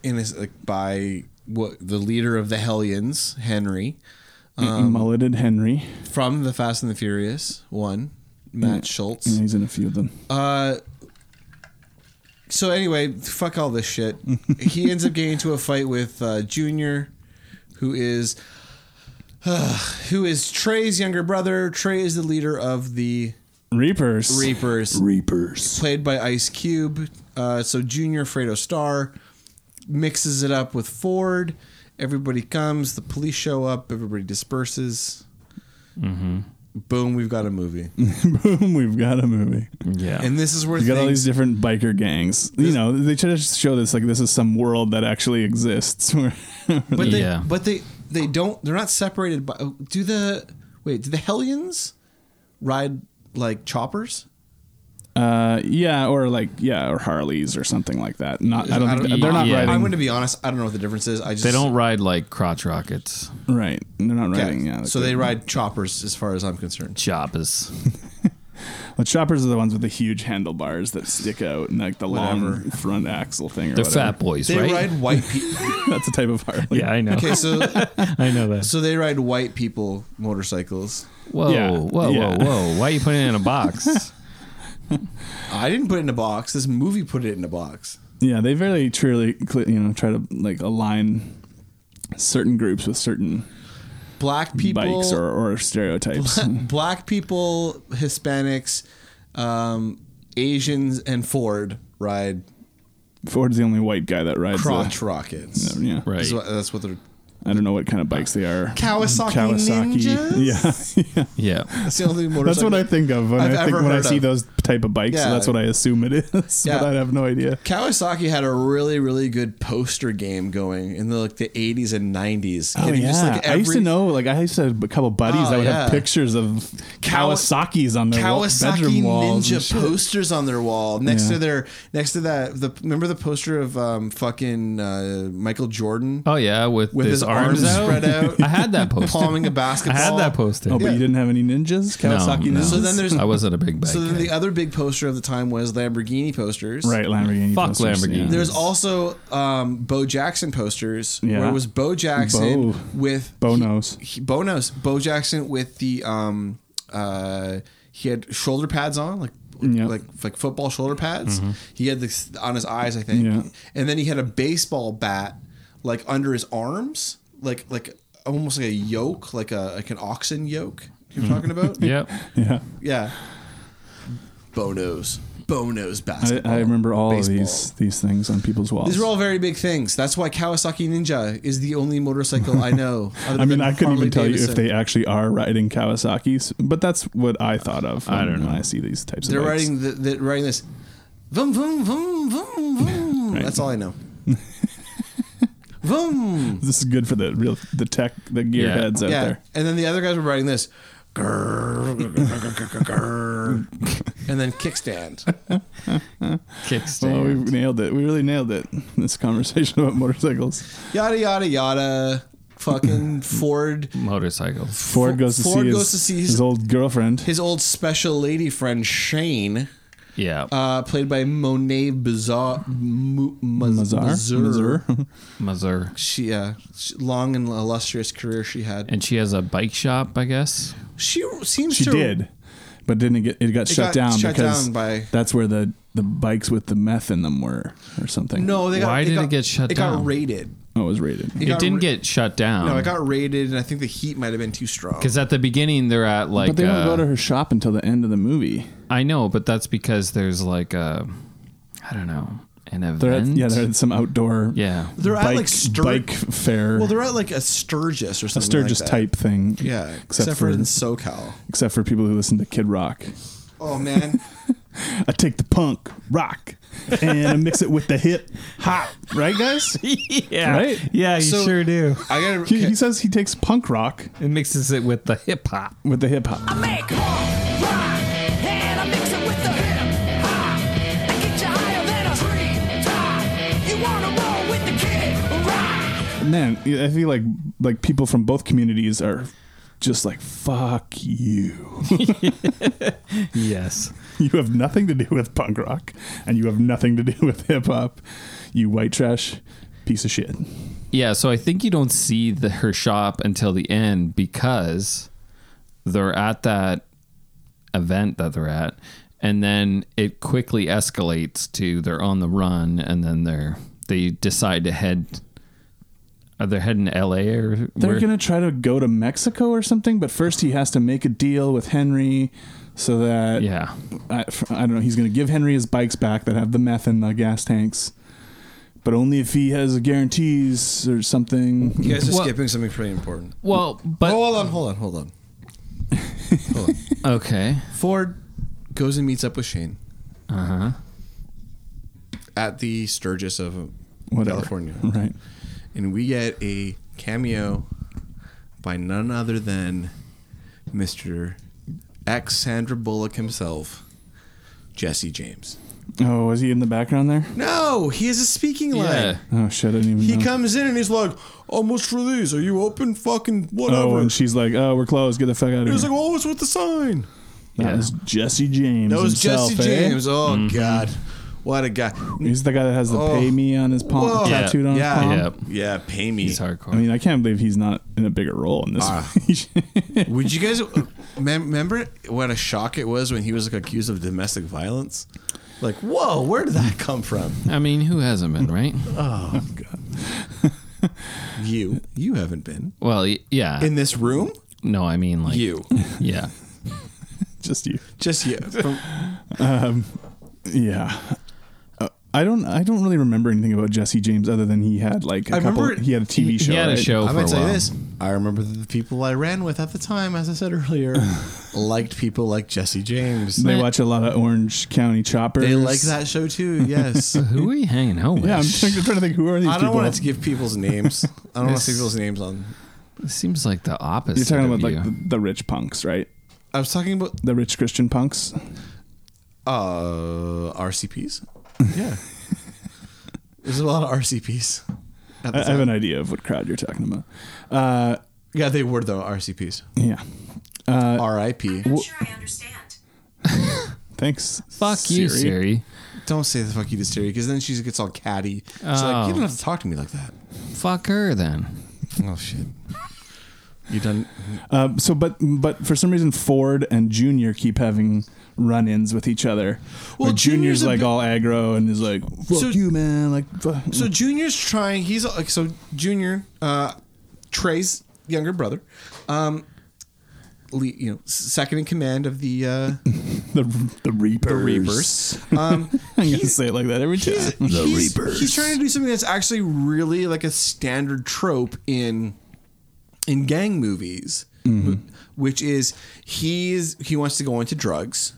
[SPEAKER 1] in his, like by what the leader of the Hellions, Henry, Um,
[SPEAKER 2] mulleted Henry.
[SPEAKER 1] from the Fast and the Furious one, Matt Schultz.
[SPEAKER 2] Yeah, he's in a few of them.
[SPEAKER 1] Uh, so anyway, fuck all this shit. he ends up getting into a fight with uh, Junior, who is who is Trey's younger brother. Trey is the leader of the
[SPEAKER 2] Reapers.
[SPEAKER 1] Reapers,
[SPEAKER 2] Reapers.
[SPEAKER 1] played by Ice Cube. Uh, so Junior Fredo Star mixes it up with Ford. Everybody comes. The police show up. Everybody disperses.
[SPEAKER 3] Mm-hmm.
[SPEAKER 1] Boom! We've got a movie,
[SPEAKER 2] Boom, we've got a movie.
[SPEAKER 3] Yeah.
[SPEAKER 1] and this is where
[SPEAKER 2] You got all
[SPEAKER 1] things-
[SPEAKER 2] these different biker gangs. you know, they try to show this like this is some world that actually exists. Where- uh,
[SPEAKER 1] But they,
[SPEAKER 3] Yeah.
[SPEAKER 1] but they, they don't. They're not separated by. oh, Do the wait? Do the Hellions ride like choppers?
[SPEAKER 2] uh, yeah, or like yeah, or Harleys or something like that. Not, I don't. think, they're not
[SPEAKER 3] Yeah.
[SPEAKER 1] I'm
[SPEAKER 2] riding.
[SPEAKER 1] going to be honest. I don't know what the difference is. I just
[SPEAKER 3] They don't ride like crotch rockets,
[SPEAKER 2] right, they're not
[SPEAKER 1] Yeah.
[SPEAKER 2] riding. Yeah.
[SPEAKER 1] so they ride choppers, as far as I'm concerned.
[SPEAKER 3] choppers.
[SPEAKER 2] The choppers are the ones with the huge handlebars that stick out and like the long front axle thing. Or
[SPEAKER 3] They're
[SPEAKER 2] whatever.
[SPEAKER 3] fat boys,
[SPEAKER 1] They
[SPEAKER 3] right?
[SPEAKER 1] ride white people.
[SPEAKER 2] That's a type of Harley.
[SPEAKER 3] I know.
[SPEAKER 1] Okay, so
[SPEAKER 3] I know that.
[SPEAKER 1] so they ride white people motorcycles.
[SPEAKER 3] Whoa,
[SPEAKER 2] Yeah.
[SPEAKER 3] whoa,
[SPEAKER 2] Yeah.
[SPEAKER 3] whoa, whoa! Why are you putting it in a box?
[SPEAKER 1] I didn't put it in a box. This movie put it in a box.
[SPEAKER 2] Yeah, they very truly, cl- you know, try to like align certain groups with certain
[SPEAKER 1] Black people
[SPEAKER 2] bikes or, or stereotypes.
[SPEAKER 1] black people, Hispanics, um, Asians, and Ford ride
[SPEAKER 2] Ford's the only white guy that rides. the-
[SPEAKER 1] crotch rockets.
[SPEAKER 2] yeah,
[SPEAKER 3] Right.
[SPEAKER 1] That's what, that's what they're
[SPEAKER 2] I don't know what kind of bikes they are.
[SPEAKER 1] Kawasaki, ninjas.
[SPEAKER 2] Yeah, yeah.
[SPEAKER 3] Yeah.
[SPEAKER 1] That's the only
[SPEAKER 2] that's
[SPEAKER 1] motorcycle.
[SPEAKER 2] what I think of when
[SPEAKER 1] I've
[SPEAKER 2] i think
[SPEAKER 1] ever
[SPEAKER 2] when I
[SPEAKER 1] heard
[SPEAKER 2] see
[SPEAKER 1] of.
[SPEAKER 2] those type of bikes.
[SPEAKER 1] Yeah.
[SPEAKER 2] That's what I assume it is.
[SPEAKER 1] Yeah.
[SPEAKER 2] But I have no idea.
[SPEAKER 1] Kawasaki had a really, really good poster game going in the like the eighties and nineties.
[SPEAKER 2] Oh, I used to know. Like I used to have a couple buddies
[SPEAKER 1] Oh,
[SPEAKER 2] that would
[SPEAKER 1] yeah.
[SPEAKER 2] have pictures of
[SPEAKER 1] Kawa-
[SPEAKER 2] Kawasaki's on their wall,
[SPEAKER 1] Kawasaki
[SPEAKER 2] bedroom walls. and
[SPEAKER 1] ninja
[SPEAKER 2] shit.
[SPEAKER 1] posters on their wall next
[SPEAKER 2] Yeah.
[SPEAKER 1] to their next to that. The remember the poster of um, fucking uh, Michael Jordan
[SPEAKER 3] Oh yeah, with,
[SPEAKER 1] with his, arms,
[SPEAKER 3] out.
[SPEAKER 1] spread out,
[SPEAKER 3] I had that poster.
[SPEAKER 1] palming a
[SPEAKER 3] I
[SPEAKER 1] basketball.
[SPEAKER 3] had that poster.
[SPEAKER 2] Oh, but
[SPEAKER 1] Yeah.
[SPEAKER 2] you didn't have any ninjas, Kawasaki
[SPEAKER 3] no.
[SPEAKER 2] ninjas.
[SPEAKER 1] So then there's
[SPEAKER 3] I wasn't a big bike.
[SPEAKER 1] So then
[SPEAKER 3] guy.
[SPEAKER 1] the other big poster of the time was Lamborghini posters.
[SPEAKER 2] Right, Lamborghini Fuck posters, Lamborghinis. yeah.
[SPEAKER 1] There's also um, Bo Jackson posters. Where
[SPEAKER 2] Yeah.
[SPEAKER 1] it was Bo Jackson
[SPEAKER 2] Bo.
[SPEAKER 1] with
[SPEAKER 2] Bonos.
[SPEAKER 1] he, Bonos. Bo Jackson with the um uh he had shoulder pads on like like like football shoulder pads.
[SPEAKER 2] Mhm.
[SPEAKER 1] He had this on his eyes, I think.
[SPEAKER 2] Yeah.
[SPEAKER 1] And then he had a baseball bat like under his arms, like like almost like a yoke, like a like an oxen yoke. You're talking about?
[SPEAKER 2] Mm-hmm. yeah.
[SPEAKER 1] Yeah. Bonos. Bonos
[SPEAKER 2] I,
[SPEAKER 1] basketball.
[SPEAKER 2] I remember all
[SPEAKER 1] baseball.
[SPEAKER 2] of these these things on people's walls.
[SPEAKER 1] These are all very big things. That's why Kawasaki Ninja is the only motorcycle I know. other
[SPEAKER 2] I mean,
[SPEAKER 1] than
[SPEAKER 2] I couldn't
[SPEAKER 1] Harley
[SPEAKER 2] even tell you if
[SPEAKER 1] Davidson.
[SPEAKER 2] they actually are riding Kawasaki's, but that's what I thought of. I don't know. When I see these types
[SPEAKER 1] They're
[SPEAKER 2] of bikes.
[SPEAKER 1] writing the, they're writing this. Vroom vroom vroom vroom vroom. That's all I know. Vroom.
[SPEAKER 2] This is good for the real the tech the gearheads out
[SPEAKER 1] Yeah.
[SPEAKER 2] there.
[SPEAKER 1] And then the other guys were writing this. Grrr, grrr, grrr, grrr, grrr, grrr. and then kickstand.
[SPEAKER 3] Kickstand.
[SPEAKER 2] Well, we nailed it. We really nailed it. This conversation about motorcycles.
[SPEAKER 1] Yada yada yada. Fucking Ford.
[SPEAKER 3] Motorcycles.
[SPEAKER 2] Ford goes to
[SPEAKER 1] Ford
[SPEAKER 2] see,
[SPEAKER 1] goes
[SPEAKER 2] his,
[SPEAKER 1] to see his-
[SPEAKER 2] his, old girlfriend.
[SPEAKER 1] His old special lady friend Shane.
[SPEAKER 3] Yeah.
[SPEAKER 1] Uh, played by Monet Bazaar. Mu- Maz-
[SPEAKER 2] Mazar?
[SPEAKER 1] Mazur.
[SPEAKER 3] Mazur.
[SPEAKER 1] She, uh, she- long and illustrious career she had.
[SPEAKER 3] And she has a bike shop, I guess.
[SPEAKER 1] She seems
[SPEAKER 2] She
[SPEAKER 1] to.
[SPEAKER 2] did, but didn't it get it got
[SPEAKER 1] It
[SPEAKER 2] shut
[SPEAKER 1] got
[SPEAKER 2] down
[SPEAKER 1] shut
[SPEAKER 2] because
[SPEAKER 1] down by-
[SPEAKER 2] that's where the the bikes with the meth in them were or something.
[SPEAKER 1] No, they got.
[SPEAKER 3] Why
[SPEAKER 1] they
[SPEAKER 3] did
[SPEAKER 1] got-
[SPEAKER 3] it get
[SPEAKER 1] it
[SPEAKER 3] shut
[SPEAKER 1] It
[SPEAKER 3] down?
[SPEAKER 1] got raided.
[SPEAKER 2] Oh, it was rated.
[SPEAKER 1] It
[SPEAKER 3] It,
[SPEAKER 1] got
[SPEAKER 3] didn't
[SPEAKER 1] ra-
[SPEAKER 3] get shut down.
[SPEAKER 1] No, it got raided, and I think the heat might have been too strong.
[SPEAKER 3] Because at the beginning, they're at like.
[SPEAKER 2] but they
[SPEAKER 3] uh,
[SPEAKER 2] don't go to her shop until the end of the movie.
[SPEAKER 3] I know, but that's because there's like a, I don't know, an event.
[SPEAKER 2] They're at, yeah, they're at some outdoor
[SPEAKER 3] Yeah.
[SPEAKER 1] They're at,
[SPEAKER 2] bike,
[SPEAKER 1] like, Stur-
[SPEAKER 2] bike fair,
[SPEAKER 1] Well, they're at like a Sturgis or something.
[SPEAKER 2] a Sturgis
[SPEAKER 1] like that.
[SPEAKER 2] type thing.
[SPEAKER 1] Yeah, except, for, in SoCal.
[SPEAKER 2] except for people who listen to Kid Rock.
[SPEAKER 1] Oh man,
[SPEAKER 2] I take the punk rock and I mix it with the hip hop. Right, guys?
[SPEAKER 3] yeah,
[SPEAKER 2] Right?
[SPEAKER 3] yeah, you
[SPEAKER 1] So-
[SPEAKER 3] sure do.
[SPEAKER 1] I gotta.
[SPEAKER 2] He, he says he takes punk rock
[SPEAKER 3] It mixes it with the hip hop.
[SPEAKER 2] with the hip hop.
[SPEAKER 12] Make her rock, and I mix it with the hip hop. I get you higher than a tree top. You wanna roll with the kid rock?
[SPEAKER 2] Man, I feel like like people from both communities are just like fuck you.
[SPEAKER 3] Yes.
[SPEAKER 2] you have nothing to do with punk rock, and you have nothing to do with hip hop. You white trash piece of shit.
[SPEAKER 3] Yeah, so I think you don't see the, her shop until the end because they're at that event that they're at, and then it quickly escalates to they're on the run, and then they're they decide to head. Are they heading to L.A. or
[SPEAKER 2] They're
[SPEAKER 3] where-
[SPEAKER 2] gonna try to go to Mexico or something, but first he has to make a deal with Henry, so that
[SPEAKER 3] Yeah,
[SPEAKER 2] I, I don't know. He's gonna give Henry his bikes back that have the meth in the gas tanks, but only if he has guarantees or something.
[SPEAKER 1] you guys are
[SPEAKER 3] Well-
[SPEAKER 1] skipping something pretty important.
[SPEAKER 3] Well, but
[SPEAKER 2] Oh.
[SPEAKER 1] hold on, hold on, hold on.
[SPEAKER 3] okay.
[SPEAKER 1] Ford goes and meets up with Shane
[SPEAKER 3] Uh
[SPEAKER 2] Uh-huh.
[SPEAKER 3] huh.
[SPEAKER 1] at the Sturgis of
[SPEAKER 2] Whatever.
[SPEAKER 1] California,
[SPEAKER 2] Right.
[SPEAKER 1] and we get a cameo by none other than Mister ex Sandra Bullock himself, Jesse James.
[SPEAKER 2] Oh, was he in the background there?
[SPEAKER 1] No, he has a speaking line.
[SPEAKER 3] Yeah.
[SPEAKER 2] Oh shit! I didn't even.
[SPEAKER 1] He
[SPEAKER 2] know.
[SPEAKER 1] comes in and he's like, "Oh, what's for these? Are you open? Fucking whatever."
[SPEAKER 2] Oh, and she's like, "Oh, we're closed. Get the fuck out of
[SPEAKER 1] He
[SPEAKER 2] here."
[SPEAKER 1] was like, "Oh, what's with the sign?"
[SPEAKER 2] that
[SPEAKER 3] Yeah.
[SPEAKER 2] was Jesse James.
[SPEAKER 1] That was
[SPEAKER 2] himself,
[SPEAKER 1] Jesse
[SPEAKER 2] eh?
[SPEAKER 1] James. Oh God, what a guy!
[SPEAKER 2] He's the guy that has the
[SPEAKER 1] Oh.
[SPEAKER 2] "pay me" on his palm
[SPEAKER 1] Whoa. Yeah.
[SPEAKER 2] tattooed on his
[SPEAKER 1] Uh-huh.
[SPEAKER 2] palm.
[SPEAKER 3] Yeah.
[SPEAKER 1] Yeah, pay me.
[SPEAKER 3] He's hardcore.
[SPEAKER 2] I mean, I can't believe he's not in a bigger role in this.
[SPEAKER 1] Ah.
[SPEAKER 2] movie.
[SPEAKER 1] Would you guys mem- remember what a shock it was when he was like accused of domestic violence? Like, whoa, where did that come from?
[SPEAKER 3] I mean, who hasn't been right?
[SPEAKER 1] Oh, You, you haven't been
[SPEAKER 3] Well, y- yeah.
[SPEAKER 1] in this room.
[SPEAKER 3] no, I mean like
[SPEAKER 1] You,
[SPEAKER 3] Yeah.
[SPEAKER 2] Just you.
[SPEAKER 1] just you. From-
[SPEAKER 2] Yeah. Uh, I don't. I don't really remember anything about Jesse James other than he had like a
[SPEAKER 1] I
[SPEAKER 2] couple.
[SPEAKER 1] remember-
[SPEAKER 2] he had a TV show.
[SPEAKER 3] He had a
[SPEAKER 2] right?
[SPEAKER 3] show
[SPEAKER 1] I'm
[SPEAKER 3] Oh, for a
[SPEAKER 1] gonna tell
[SPEAKER 3] while.
[SPEAKER 1] you this. I remember the people I ran with at the time, as I said earlier, liked people like Jesse James.
[SPEAKER 2] They
[SPEAKER 3] Man.
[SPEAKER 2] watch a lot of Orange County Choppers.
[SPEAKER 1] They like that show too. Yes.
[SPEAKER 3] Who are you hanging out with?
[SPEAKER 2] Yeah, I'm trying to, trying to think who are these
[SPEAKER 1] I
[SPEAKER 2] people.
[SPEAKER 1] don't want to give people's names. I don't want to see
[SPEAKER 3] Yes.
[SPEAKER 1] people's names on.
[SPEAKER 3] It seems like the opposite.
[SPEAKER 2] You're talking
[SPEAKER 3] of
[SPEAKER 2] about like
[SPEAKER 3] you.
[SPEAKER 2] the, the rich punks, right?
[SPEAKER 1] I was talking about
[SPEAKER 2] The rich Christian punks.
[SPEAKER 1] uh RCPs. Yeah. There's a lot of RCPs. at the
[SPEAKER 2] I, I have
[SPEAKER 1] time.
[SPEAKER 2] an idea of what crowd you're talking about. Uh,
[SPEAKER 1] Yeah, they were though RCPs.
[SPEAKER 2] yeah.
[SPEAKER 1] R.I.P.
[SPEAKER 2] Wh-
[SPEAKER 13] sure I understand.
[SPEAKER 2] Thanks.
[SPEAKER 3] Fuck you, Siri.
[SPEAKER 1] Don't say the fuck you to Siri because then she gets all catty. She's like, you
[SPEAKER 3] Oh.
[SPEAKER 1] don't have to talk to me like that.
[SPEAKER 3] Fuck her then.
[SPEAKER 1] Oh shit. You done?
[SPEAKER 2] Uh, so, but but for some reason, Ford and Junior keep having run-ins with each other.
[SPEAKER 1] Well,
[SPEAKER 2] Where Junior's,
[SPEAKER 1] Junior's a
[SPEAKER 2] like
[SPEAKER 1] bit-
[SPEAKER 2] all aggro and is like, "Fuck
[SPEAKER 1] So-
[SPEAKER 2] you, man!" Like, fuck.
[SPEAKER 1] So Junior's trying. He's like so Junior, uh, Trey's younger brother, um, le- you know, s- second in command of the uh,
[SPEAKER 2] the the Reapers.
[SPEAKER 1] Reapers. Um,
[SPEAKER 2] I'm gonna say it like that every time. The
[SPEAKER 1] he's, he's trying to do something that's actually really like a standard trope in in gang movies,
[SPEAKER 2] Mm-hmm.
[SPEAKER 1] wh- which is he is he wants to go into drugs,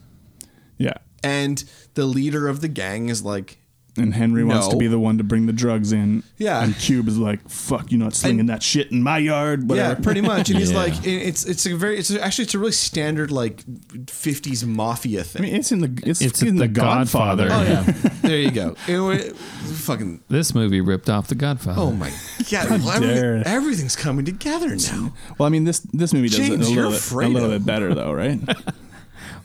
[SPEAKER 2] Yeah,
[SPEAKER 1] and the leader of the gang is like,
[SPEAKER 2] and Henry wants to
[SPEAKER 1] No.
[SPEAKER 2] be the one to bring the drugs in.
[SPEAKER 1] Yeah.
[SPEAKER 2] and Cube is like, "Fuck, you not slinging that shit in my yard." Whatever.
[SPEAKER 1] Yeah, pretty much. And he's
[SPEAKER 2] Yeah.
[SPEAKER 1] like, it- it's it's a very it's a- actually it's a really standard like '50s mafia
[SPEAKER 2] I
[SPEAKER 1] thing.
[SPEAKER 2] mean, it's in the it's,
[SPEAKER 3] It's
[SPEAKER 2] in
[SPEAKER 3] The
[SPEAKER 2] the, Godfather.
[SPEAKER 3] Godfather.
[SPEAKER 1] Oh, yeah. there you go. It, wa- fucking.
[SPEAKER 3] This movie ripped off The Godfather.
[SPEAKER 1] Oh my god!
[SPEAKER 2] How
[SPEAKER 1] well, everything-
[SPEAKER 2] dare.
[SPEAKER 1] everything's coming together now.
[SPEAKER 2] Well, I mean this this movie does it
[SPEAKER 1] James,
[SPEAKER 2] a
[SPEAKER 1] you're
[SPEAKER 2] little, bit, a
[SPEAKER 1] afraid
[SPEAKER 2] little
[SPEAKER 1] of-
[SPEAKER 2] bit better though, right?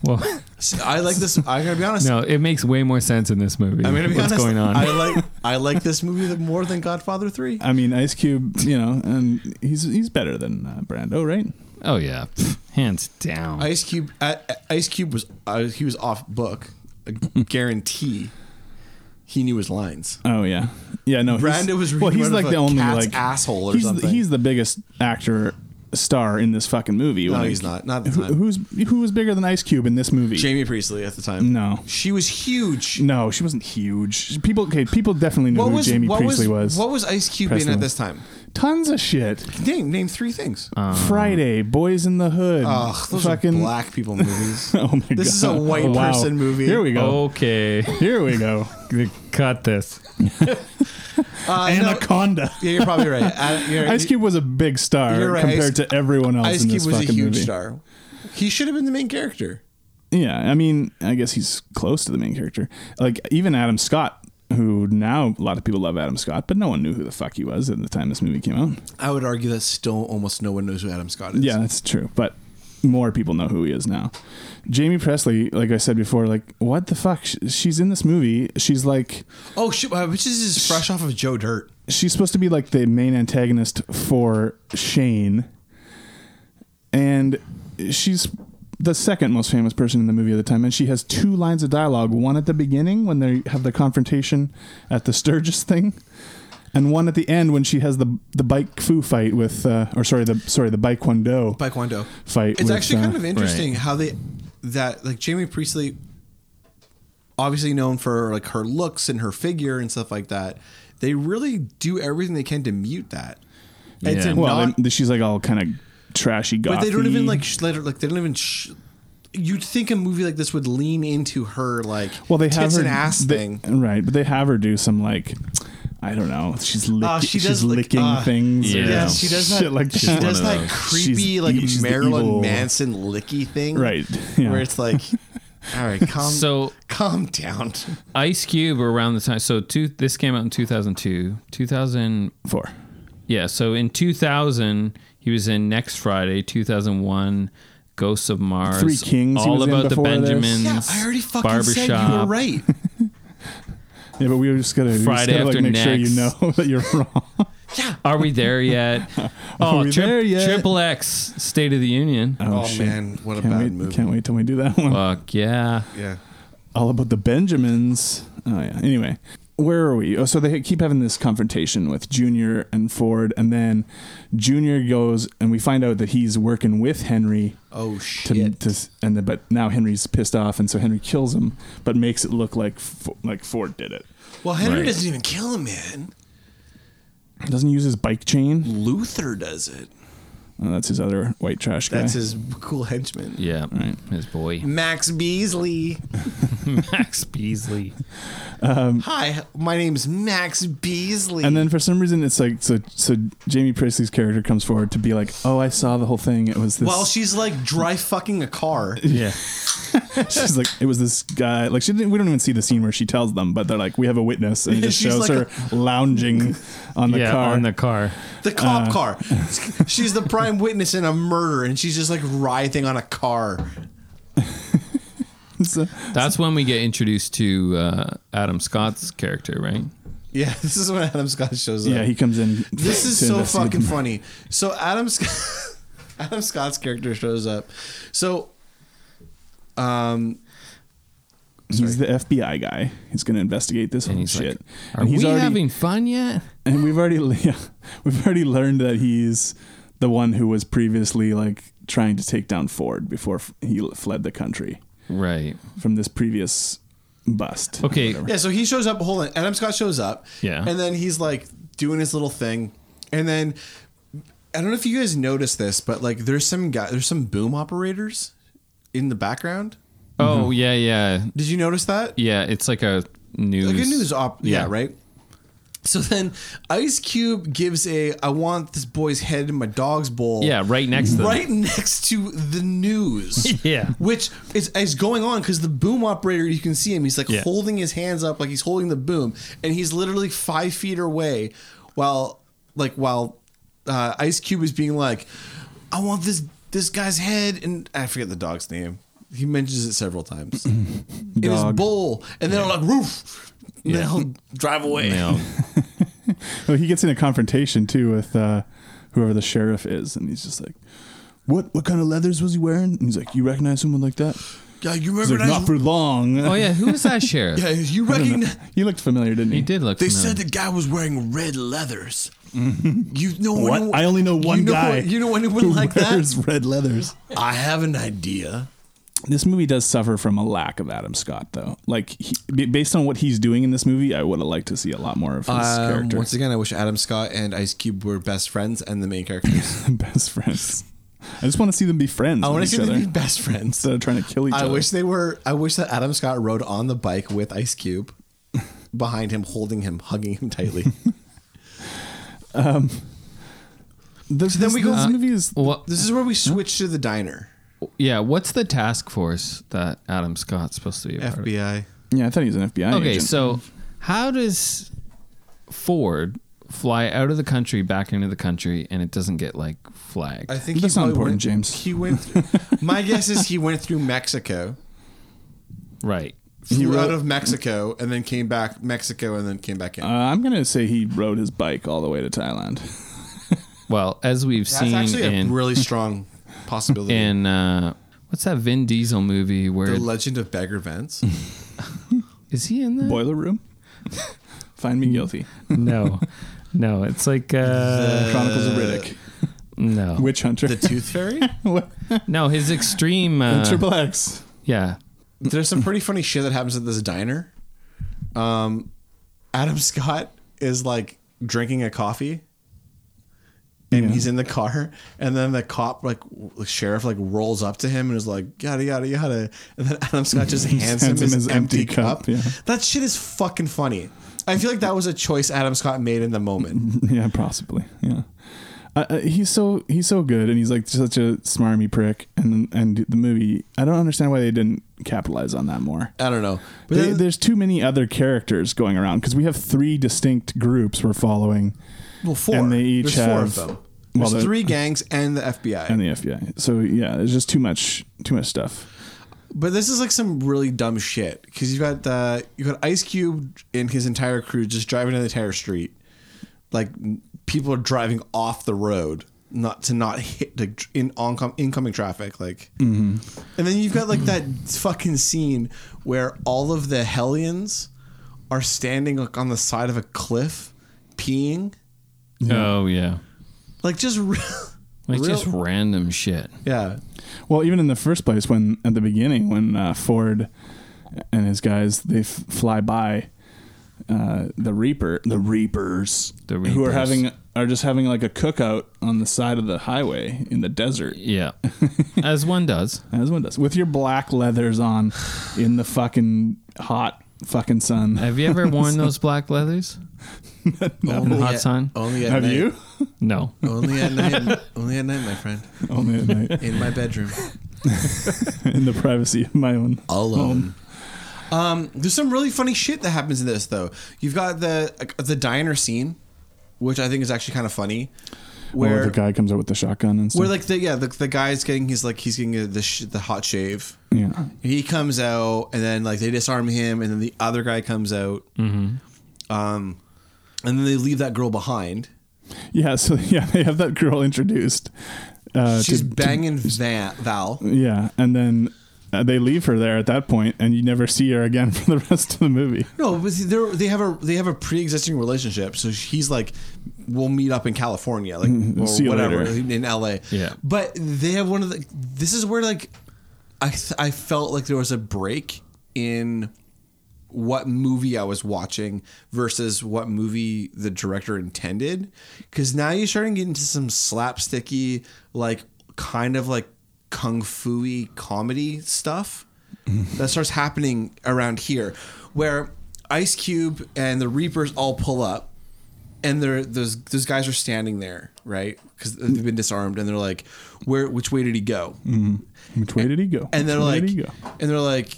[SPEAKER 3] Well,
[SPEAKER 1] So I like this. I gotta be honest.
[SPEAKER 3] no, it makes way more sense in this movie.
[SPEAKER 1] I'm gonna be
[SPEAKER 3] What's
[SPEAKER 1] honest.
[SPEAKER 3] going on?
[SPEAKER 1] I like I like this movie more than Godfather Three.
[SPEAKER 2] I mean, Ice Cube, you know, and he's he's better than uh, Brando, right?
[SPEAKER 3] oh yeah, hands down.
[SPEAKER 1] Ice Cube. Uh, Ice Cube was uh, he was off book. I guarantee. He knew his lines.
[SPEAKER 2] Oh yeah, yeah. No, he's-
[SPEAKER 1] Brando was
[SPEAKER 2] well.
[SPEAKER 1] reading
[SPEAKER 2] He's
[SPEAKER 1] out of
[SPEAKER 2] like
[SPEAKER 1] a
[SPEAKER 2] the only
[SPEAKER 1] cat's
[SPEAKER 2] like
[SPEAKER 1] asshole or
[SPEAKER 2] he's, the-
[SPEAKER 1] something.
[SPEAKER 2] He's the biggest actor star in this fucking movie.
[SPEAKER 1] No,
[SPEAKER 2] Like,
[SPEAKER 1] he's not. Not at the
[SPEAKER 2] who-
[SPEAKER 1] time.
[SPEAKER 2] who's who was bigger than Ice Cube in this movie?
[SPEAKER 1] Jamie Priestley at the time.
[SPEAKER 2] No,
[SPEAKER 1] She was huge.
[SPEAKER 2] no, she wasn't huge. People, okay, people definitely knew
[SPEAKER 1] What
[SPEAKER 2] who
[SPEAKER 1] was
[SPEAKER 2] Jamie
[SPEAKER 1] what
[SPEAKER 2] Priestley was.
[SPEAKER 1] was, what was Ice Cube in
[SPEAKER 2] Presley
[SPEAKER 1] at
[SPEAKER 2] was.
[SPEAKER 1] this time?
[SPEAKER 2] Tons of shit.
[SPEAKER 1] Name name three things.
[SPEAKER 2] Friday, Boys in the Hood,
[SPEAKER 1] Ugh, those
[SPEAKER 2] Um, fucking.
[SPEAKER 1] are black people movies.
[SPEAKER 2] oh my god,
[SPEAKER 1] This is a white
[SPEAKER 2] Oh, wow.
[SPEAKER 1] person movie.
[SPEAKER 2] Here we
[SPEAKER 3] Oh,
[SPEAKER 2] go.
[SPEAKER 3] Okay,
[SPEAKER 2] Here we go.
[SPEAKER 3] cut this.
[SPEAKER 1] Uh, no,
[SPEAKER 2] Anaconda.
[SPEAKER 1] yeah, you're probably right. Uh, you're-
[SPEAKER 2] Ice Cube was a big star
[SPEAKER 1] You're right.
[SPEAKER 2] compared
[SPEAKER 1] Ice-
[SPEAKER 2] to everyone else
[SPEAKER 1] Ice
[SPEAKER 2] in
[SPEAKER 1] Cube
[SPEAKER 2] this
[SPEAKER 1] was a
[SPEAKER 2] fucking
[SPEAKER 1] huge
[SPEAKER 2] movie.
[SPEAKER 1] star. He should have been the main character.
[SPEAKER 2] Yeah, I mean, I guess he's close to the main character. Like even Adam Scott, who now a lot of people love Adam Scott, but no one knew who the fuck he was at the time this movie came out.
[SPEAKER 1] I would argue that still almost no one knows who Adam Scott is.
[SPEAKER 2] Yeah, that's true, but more people know who he is now. Jamie Presley, like I said before, like what the fuck? Sh- She's in this movie. She's like
[SPEAKER 1] Oh shit! Uh, which is is fresh off of Joe Dirt.
[SPEAKER 2] she's supposed to be like the main antagonist for Shane, and she's the second most famous person in the movie at the time. And she has two lines of dialogue: one at the beginning when they have the confrontation at the Sturgis thing, and one at the end when she has the the bike foo fight with, uh, or sorry, the sorry the bike do
[SPEAKER 1] Taekwondo.
[SPEAKER 2] fight.
[SPEAKER 1] It's
[SPEAKER 2] with,
[SPEAKER 1] actually kind
[SPEAKER 2] uh,
[SPEAKER 1] of interesting how they that like Jamie Priestley, obviously known for like her looks and her figure and stuff like that. They really do everything they can to mute that. And to
[SPEAKER 3] Yeah.
[SPEAKER 2] Well,
[SPEAKER 1] not-
[SPEAKER 2] they- she's like all kind of trashy. Gothy.
[SPEAKER 1] but they don't even like sh- let her like they don't even. Sh- You'd think a movie like this would lean into her like
[SPEAKER 2] Well, they have
[SPEAKER 1] tits
[SPEAKER 2] her
[SPEAKER 1] and ass
[SPEAKER 2] they-
[SPEAKER 1] thing.
[SPEAKER 2] right? But they have her do some like I don't know. She's lick,
[SPEAKER 1] Uh, she
[SPEAKER 2] she's
[SPEAKER 1] does lick-
[SPEAKER 2] licking
[SPEAKER 1] uh,
[SPEAKER 2] things. or
[SPEAKER 3] yeah. Yeah, she
[SPEAKER 1] does
[SPEAKER 2] shit
[SPEAKER 1] that-
[SPEAKER 2] like
[SPEAKER 1] She
[SPEAKER 2] that.
[SPEAKER 1] does that
[SPEAKER 2] She's
[SPEAKER 1] creepy
[SPEAKER 2] e-
[SPEAKER 1] like
[SPEAKER 2] she's the evil-
[SPEAKER 1] Marilyn Manson licky thing,
[SPEAKER 2] Right, yeah.
[SPEAKER 1] Where it's like, all right, calm,
[SPEAKER 3] So- mm,
[SPEAKER 1] calm down.
[SPEAKER 3] Ice Cube around the time. So two, this came out in 2002. 2000.
[SPEAKER 2] Four.
[SPEAKER 3] Yeah. So in 2000, he was in Next Friday. 2001, Ghosts of Mars.
[SPEAKER 2] Three Kings he
[SPEAKER 3] All
[SPEAKER 2] was in
[SPEAKER 3] about the
[SPEAKER 2] before this.
[SPEAKER 3] Benjamins.
[SPEAKER 1] Yeah, I already fucking said you were
[SPEAKER 3] Barbershop.
[SPEAKER 1] right.
[SPEAKER 2] Yeah, but we were just gonna, we were just
[SPEAKER 3] Friday
[SPEAKER 2] gonna like,
[SPEAKER 3] after
[SPEAKER 2] make sure you
[SPEAKER 3] next.
[SPEAKER 2] know that you're wrong.
[SPEAKER 3] Are we there yet? oh,
[SPEAKER 2] we
[SPEAKER 3] tri-
[SPEAKER 2] there yet?
[SPEAKER 3] Triple X, State of the Union.
[SPEAKER 1] Oh,
[SPEAKER 2] shit.
[SPEAKER 1] man, what a
[SPEAKER 2] can't
[SPEAKER 1] bad
[SPEAKER 2] wait,
[SPEAKER 1] movie.
[SPEAKER 2] Can't wait till we do that one.
[SPEAKER 3] Fuck yeah.
[SPEAKER 1] Yeah.
[SPEAKER 2] all about the Benjamins. Oh yeah. Anyway, where are we? Oh, so they keep having this confrontation with Junior and Ford, and then Junior goes, and we find out that he's working with Henry.
[SPEAKER 1] Oh
[SPEAKER 2] To,
[SPEAKER 1] shit.
[SPEAKER 2] to, and then, but now Henry's pissed off, and so Henry kills him, but makes it look like F- like Ford did it.
[SPEAKER 1] well, Henry
[SPEAKER 3] Right.
[SPEAKER 1] doesn't even kill him, man.
[SPEAKER 2] Doesn't he use his bike chain.
[SPEAKER 1] Mm. Luther does it.
[SPEAKER 2] Oh, that's his other white trash guy.
[SPEAKER 1] That's his cool henchman.
[SPEAKER 3] Yeah. His boy.
[SPEAKER 1] Max Beasley.
[SPEAKER 3] Max Beasley.
[SPEAKER 1] Hi, my name's Max Beasley.
[SPEAKER 2] Mm. And then for some reason, it's like so. So Jamie Priestley's character comes forward to be like, "Oh, I saw the whole thing. It was this."
[SPEAKER 1] while she's like dry fucking a car.
[SPEAKER 2] Yeah. She's like, it was this guy. Like, she didn't, we don't even see the scene where she tells them, but they're like, we have a witness, and it just
[SPEAKER 1] She's
[SPEAKER 2] shows
[SPEAKER 1] like
[SPEAKER 2] her lounging on the
[SPEAKER 3] yeah,
[SPEAKER 2] car.
[SPEAKER 3] on the car.
[SPEAKER 1] The
[SPEAKER 2] Uh.
[SPEAKER 1] cop car. She's the prime witness in a murder, and she's just like writhing on a car.
[SPEAKER 3] That's when we get introduced to uh, Adam Scott's character, right?
[SPEAKER 1] Yeah, this is when Adam Scott shows up.
[SPEAKER 2] Yeah, he comes in
[SPEAKER 1] This is
[SPEAKER 2] to
[SPEAKER 1] so
[SPEAKER 2] investigate
[SPEAKER 1] fucking
[SPEAKER 2] them.
[SPEAKER 1] funny. So Adam Scott, Adam Scott's character shows up. So, um,
[SPEAKER 2] He's the FBI guy. He's going to investigate this whole shit.
[SPEAKER 3] Are we having fun yet?
[SPEAKER 2] And we've already yeah, we've already learned that he's the one who was previously like trying to take down Ford before f- he l- fled the country.
[SPEAKER 3] Right.
[SPEAKER 2] From this previous bust.
[SPEAKER 3] Okay.
[SPEAKER 1] yeah, so he shows up. Hold on, Adam Scott shows up.
[SPEAKER 3] Yeah.
[SPEAKER 1] and then he's like doing his little thing, and then I don't know if you guys noticed this, but like there's some guy, there's some boom operators in the background.
[SPEAKER 3] Oh yeah, yeah,
[SPEAKER 1] Did you notice that?
[SPEAKER 3] yeah. It's like a news,
[SPEAKER 1] Like a news op. Yeah,
[SPEAKER 3] Yeah.
[SPEAKER 1] right. So then Ice Cube gives a I want this boy's head in my dog's bowl.
[SPEAKER 3] Yeah, right next to them.
[SPEAKER 1] Right next to the news.
[SPEAKER 3] Yeah.
[SPEAKER 1] Which is, is going on because the boom operator, you can see him. He's like
[SPEAKER 3] Yeah.
[SPEAKER 1] holding his hands up like he's holding the boom. And he's literally five feet away while like while uh, Ice Cube is being like, I want this this guy's head and I forget the dog's name. He mentions it several times. in his
[SPEAKER 2] Dog.
[SPEAKER 1] bowl. And then I'm like, roof. And then he'll drive away.
[SPEAKER 2] Oh, he gets in a confrontation too with uh, whoever the sheriff is, and he's just like, "What? What kind of leathers was he wearing?" And he's like, "You recognize someone like that?"
[SPEAKER 1] Yeah, you
[SPEAKER 2] He's
[SPEAKER 1] remember
[SPEAKER 2] like,
[SPEAKER 1] that-
[SPEAKER 2] Not for long.
[SPEAKER 1] Oh, yeah, who was that
[SPEAKER 3] sheriff?
[SPEAKER 1] Yeah, you
[SPEAKER 2] I don't know.
[SPEAKER 1] recognize-
[SPEAKER 2] You looked familiar, didn't you? He
[SPEAKER 3] did look.
[SPEAKER 1] They said the guy was wearing red leathers. You know
[SPEAKER 2] What?
[SPEAKER 1] anyone-
[SPEAKER 2] I only know
[SPEAKER 1] you
[SPEAKER 2] one guy.
[SPEAKER 1] You know anyone like that?
[SPEAKER 2] wears red leathers.
[SPEAKER 1] I have an idea.
[SPEAKER 2] This movie does suffer from a lack of Adam Scott, though. Like, he, b- based on what he's doing in this movie, I would have liked to see a lot more of his
[SPEAKER 1] Um,
[SPEAKER 2] character.
[SPEAKER 1] once again, I wish Adam Scott and Ice Cube were best friends and the main characters.
[SPEAKER 2] best friends. I just want to see them be friends.
[SPEAKER 1] I
[SPEAKER 2] want to
[SPEAKER 1] see them be best friends
[SPEAKER 2] instead of trying to kill each
[SPEAKER 1] I
[SPEAKER 2] other.
[SPEAKER 1] wish they were. I wish that Adam Scott rode on the bike with Ice Cube behind him, holding him, hugging him tightly.
[SPEAKER 2] um, this,
[SPEAKER 1] then we go.
[SPEAKER 2] This movie is
[SPEAKER 1] this is where we switch to the diner.
[SPEAKER 3] Yeah, what's the task force that Adam Scott's supposed to be a part of?
[SPEAKER 1] FBI.
[SPEAKER 2] Yeah, I thought he was an FBI
[SPEAKER 3] okay,
[SPEAKER 2] agent.
[SPEAKER 3] so how does Ford fly out of the country back into the country and it doesn't get like flagged?
[SPEAKER 1] I think
[SPEAKER 2] That's
[SPEAKER 1] he
[SPEAKER 2] not
[SPEAKER 1] probably
[SPEAKER 2] important,
[SPEAKER 1] went-
[SPEAKER 2] James.
[SPEAKER 1] He went. Through, my guess is he went through Mexico,
[SPEAKER 3] right.
[SPEAKER 1] flew out of Mexico, and then came back Mexico, and then came back in.
[SPEAKER 2] Uh, I'm gonna say he rode his bike all the way to Thailand.
[SPEAKER 3] Well, as we've
[SPEAKER 1] That's
[SPEAKER 3] seen
[SPEAKER 1] actually a
[SPEAKER 3] in
[SPEAKER 1] really strong possibility.
[SPEAKER 3] in uh, what's that Vin Diesel movie where
[SPEAKER 1] the Legend of Beggar Vents.
[SPEAKER 3] is he in that?
[SPEAKER 2] Boiler room. Find
[SPEAKER 1] Mm.
[SPEAKER 2] me guilty.
[SPEAKER 3] No, no, it's like uh,
[SPEAKER 2] Chronicles of Riddick.
[SPEAKER 3] No,
[SPEAKER 2] Witch Hunter.
[SPEAKER 1] the Tooth Fairy.
[SPEAKER 3] no, his extreme. Uh,
[SPEAKER 2] And Triple X.
[SPEAKER 3] yeah,
[SPEAKER 1] There's some pretty funny shit that happens at this diner. Um, Adam Scott is like drinking a coffee. And
[SPEAKER 2] Yeah.
[SPEAKER 1] he's in the car, and then the cop, like w- the sheriff, like rolls up to him and is like yada yada yada, and then Adam Scott just hands, him, his, empty, cup.
[SPEAKER 2] yeah.
[SPEAKER 1] That shit is fucking funny. I feel like that was a choice Adam Scott made in the moment.
[SPEAKER 2] yeah, possibly. Yeah. Uh, uh, he's so he's so good, and he's like such a smarmy prick. And and the movie, I don't understand why they didn't capitalize on that more.
[SPEAKER 1] I don't know, but
[SPEAKER 2] They,
[SPEAKER 1] then-
[SPEAKER 2] there's too many other characters going around because we have three distinct groups we're following.
[SPEAKER 1] well, four.
[SPEAKER 2] and they each
[SPEAKER 1] There's four of
[SPEAKER 2] have-
[SPEAKER 1] them.
[SPEAKER 2] well,
[SPEAKER 1] There's
[SPEAKER 2] the-
[SPEAKER 1] three gangs and the FBI.
[SPEAKER 2] and the FBI. So yeah, there's just too much too much stuff.
[SPEAKER 1] But this is like some really dumb shit because you got the you got Ice Cube and his entire crew just driving down the entire street, like n- people are driving off the road not to not hit like tr- in oncom- incoming traffic like, and then you've got like that fucking scene where all of the hellions are standing like on the side of a cliff, peeing
[SPEAKER 3] Oh yeah,
[SPEAKER 1] like just re-
[SPEAKER 3] like
[SPEAKER 1] real-
[SPEAKER 3] just random shit.
[SPEAKER 1] yeah
[SPEAKER 2] Well, even in the first place, when at the beginning, when uh, Ford and his guys they f- fly by uh, the Reaper, the Reapers,
[SPEAKER 3] The
[SPEAKER 2] who are
[SPEAKER 3] Reapers.
[SPEAKER 2] having are just having like a cookout on the side of the highway in the desert,
[SPEAKER 3] Yeah, as one does.
[SPEAKER 2] as one does, with your black leathers on, in the fucking hot fucking sun.
[SPEAKER 3] Have you ever worn those black leathers in the
[SPEAKER 1] Only
[SPEAKER 3] hot
[SPEAKER 1] at-
[SPEAKER 3] sun?
[SPEAKER 1] only at
[SPEAKER 2] Have
[SPEAKER 1] night.
[SPEAKER 2] you?
[SPEAKER 3] No.
[SPEAKER 1] only at night only at night my friend
[SPEAKER 2] Only at night,
[SPEAKER 1] in my bedroom.
[SPEAKER 2] in the privacy of my own
[SPEAKER 1] alone. Um, there's some really funny shit that happens in uh, this though. You've got the the diner scene, which I think is actually kind of funny.
[SPEAKER 2] where
[SPEAKER 14] Where-
[SPEAKER 2] Oh, the guy comes out with the shotgun and stuff.
[SPEAKER 1] Where like the yeah the, the guy's getting his like he's getting uh the sh- the hot shave.
[SPEAKER 2] Yeah.
[SPEAKER 1] He comes out and then like they disarm him and then the other guy comes out.
[SPEAKER 2] Mhm.
[SPEAKER 1] Um, and then they leave that girl behind.
[SPEAKER 2] yeah, so yeah, they have that girl introduced. Uh,
[SPEAKER 1] She's
[SPEAKER 2] to- to-
[SPEAKER 1] banging Va- Val.
[SPEAKER 2] yeah, and then uh, they leave her there at that point, and you never see her again for the rest of the movie.
[SPEAKER 1] No, but see, they're, they have a they have a pre existing relationship. So he's like, we'll meet up in California, like
[SPEAKER 2] Mhm.
[SPEAKER 1] or
[SPEAKER 2] See you
[SPEAKER 1] whatever
[SPEAKER 2] later.
[SPEAKER 1] in L.A.
[SPEAKER 2] Yeah.
[SPEAKER 1] but they have one of the. This is where like, I th- I felt like there was a break in what movie I was watching versus what movie the director intended, because now you're starting to get into some slapsticky, like kind of like kung fu comedy stuff that starts happening around here where Ice Cube and the Reapers all pull up and they're those those guys are standing there, right? Cuz they've been disarmed and they're like where which way did he go?
[SPEAKER 2] Mhm. Which way did he go?
[SPEAKER 1] And they're
[SPEAKER 2] Which way
[SPEAKER 1] like
[SPEAKER 2] did he go? Mm-hmm.
[SPEAKER 1] and they're like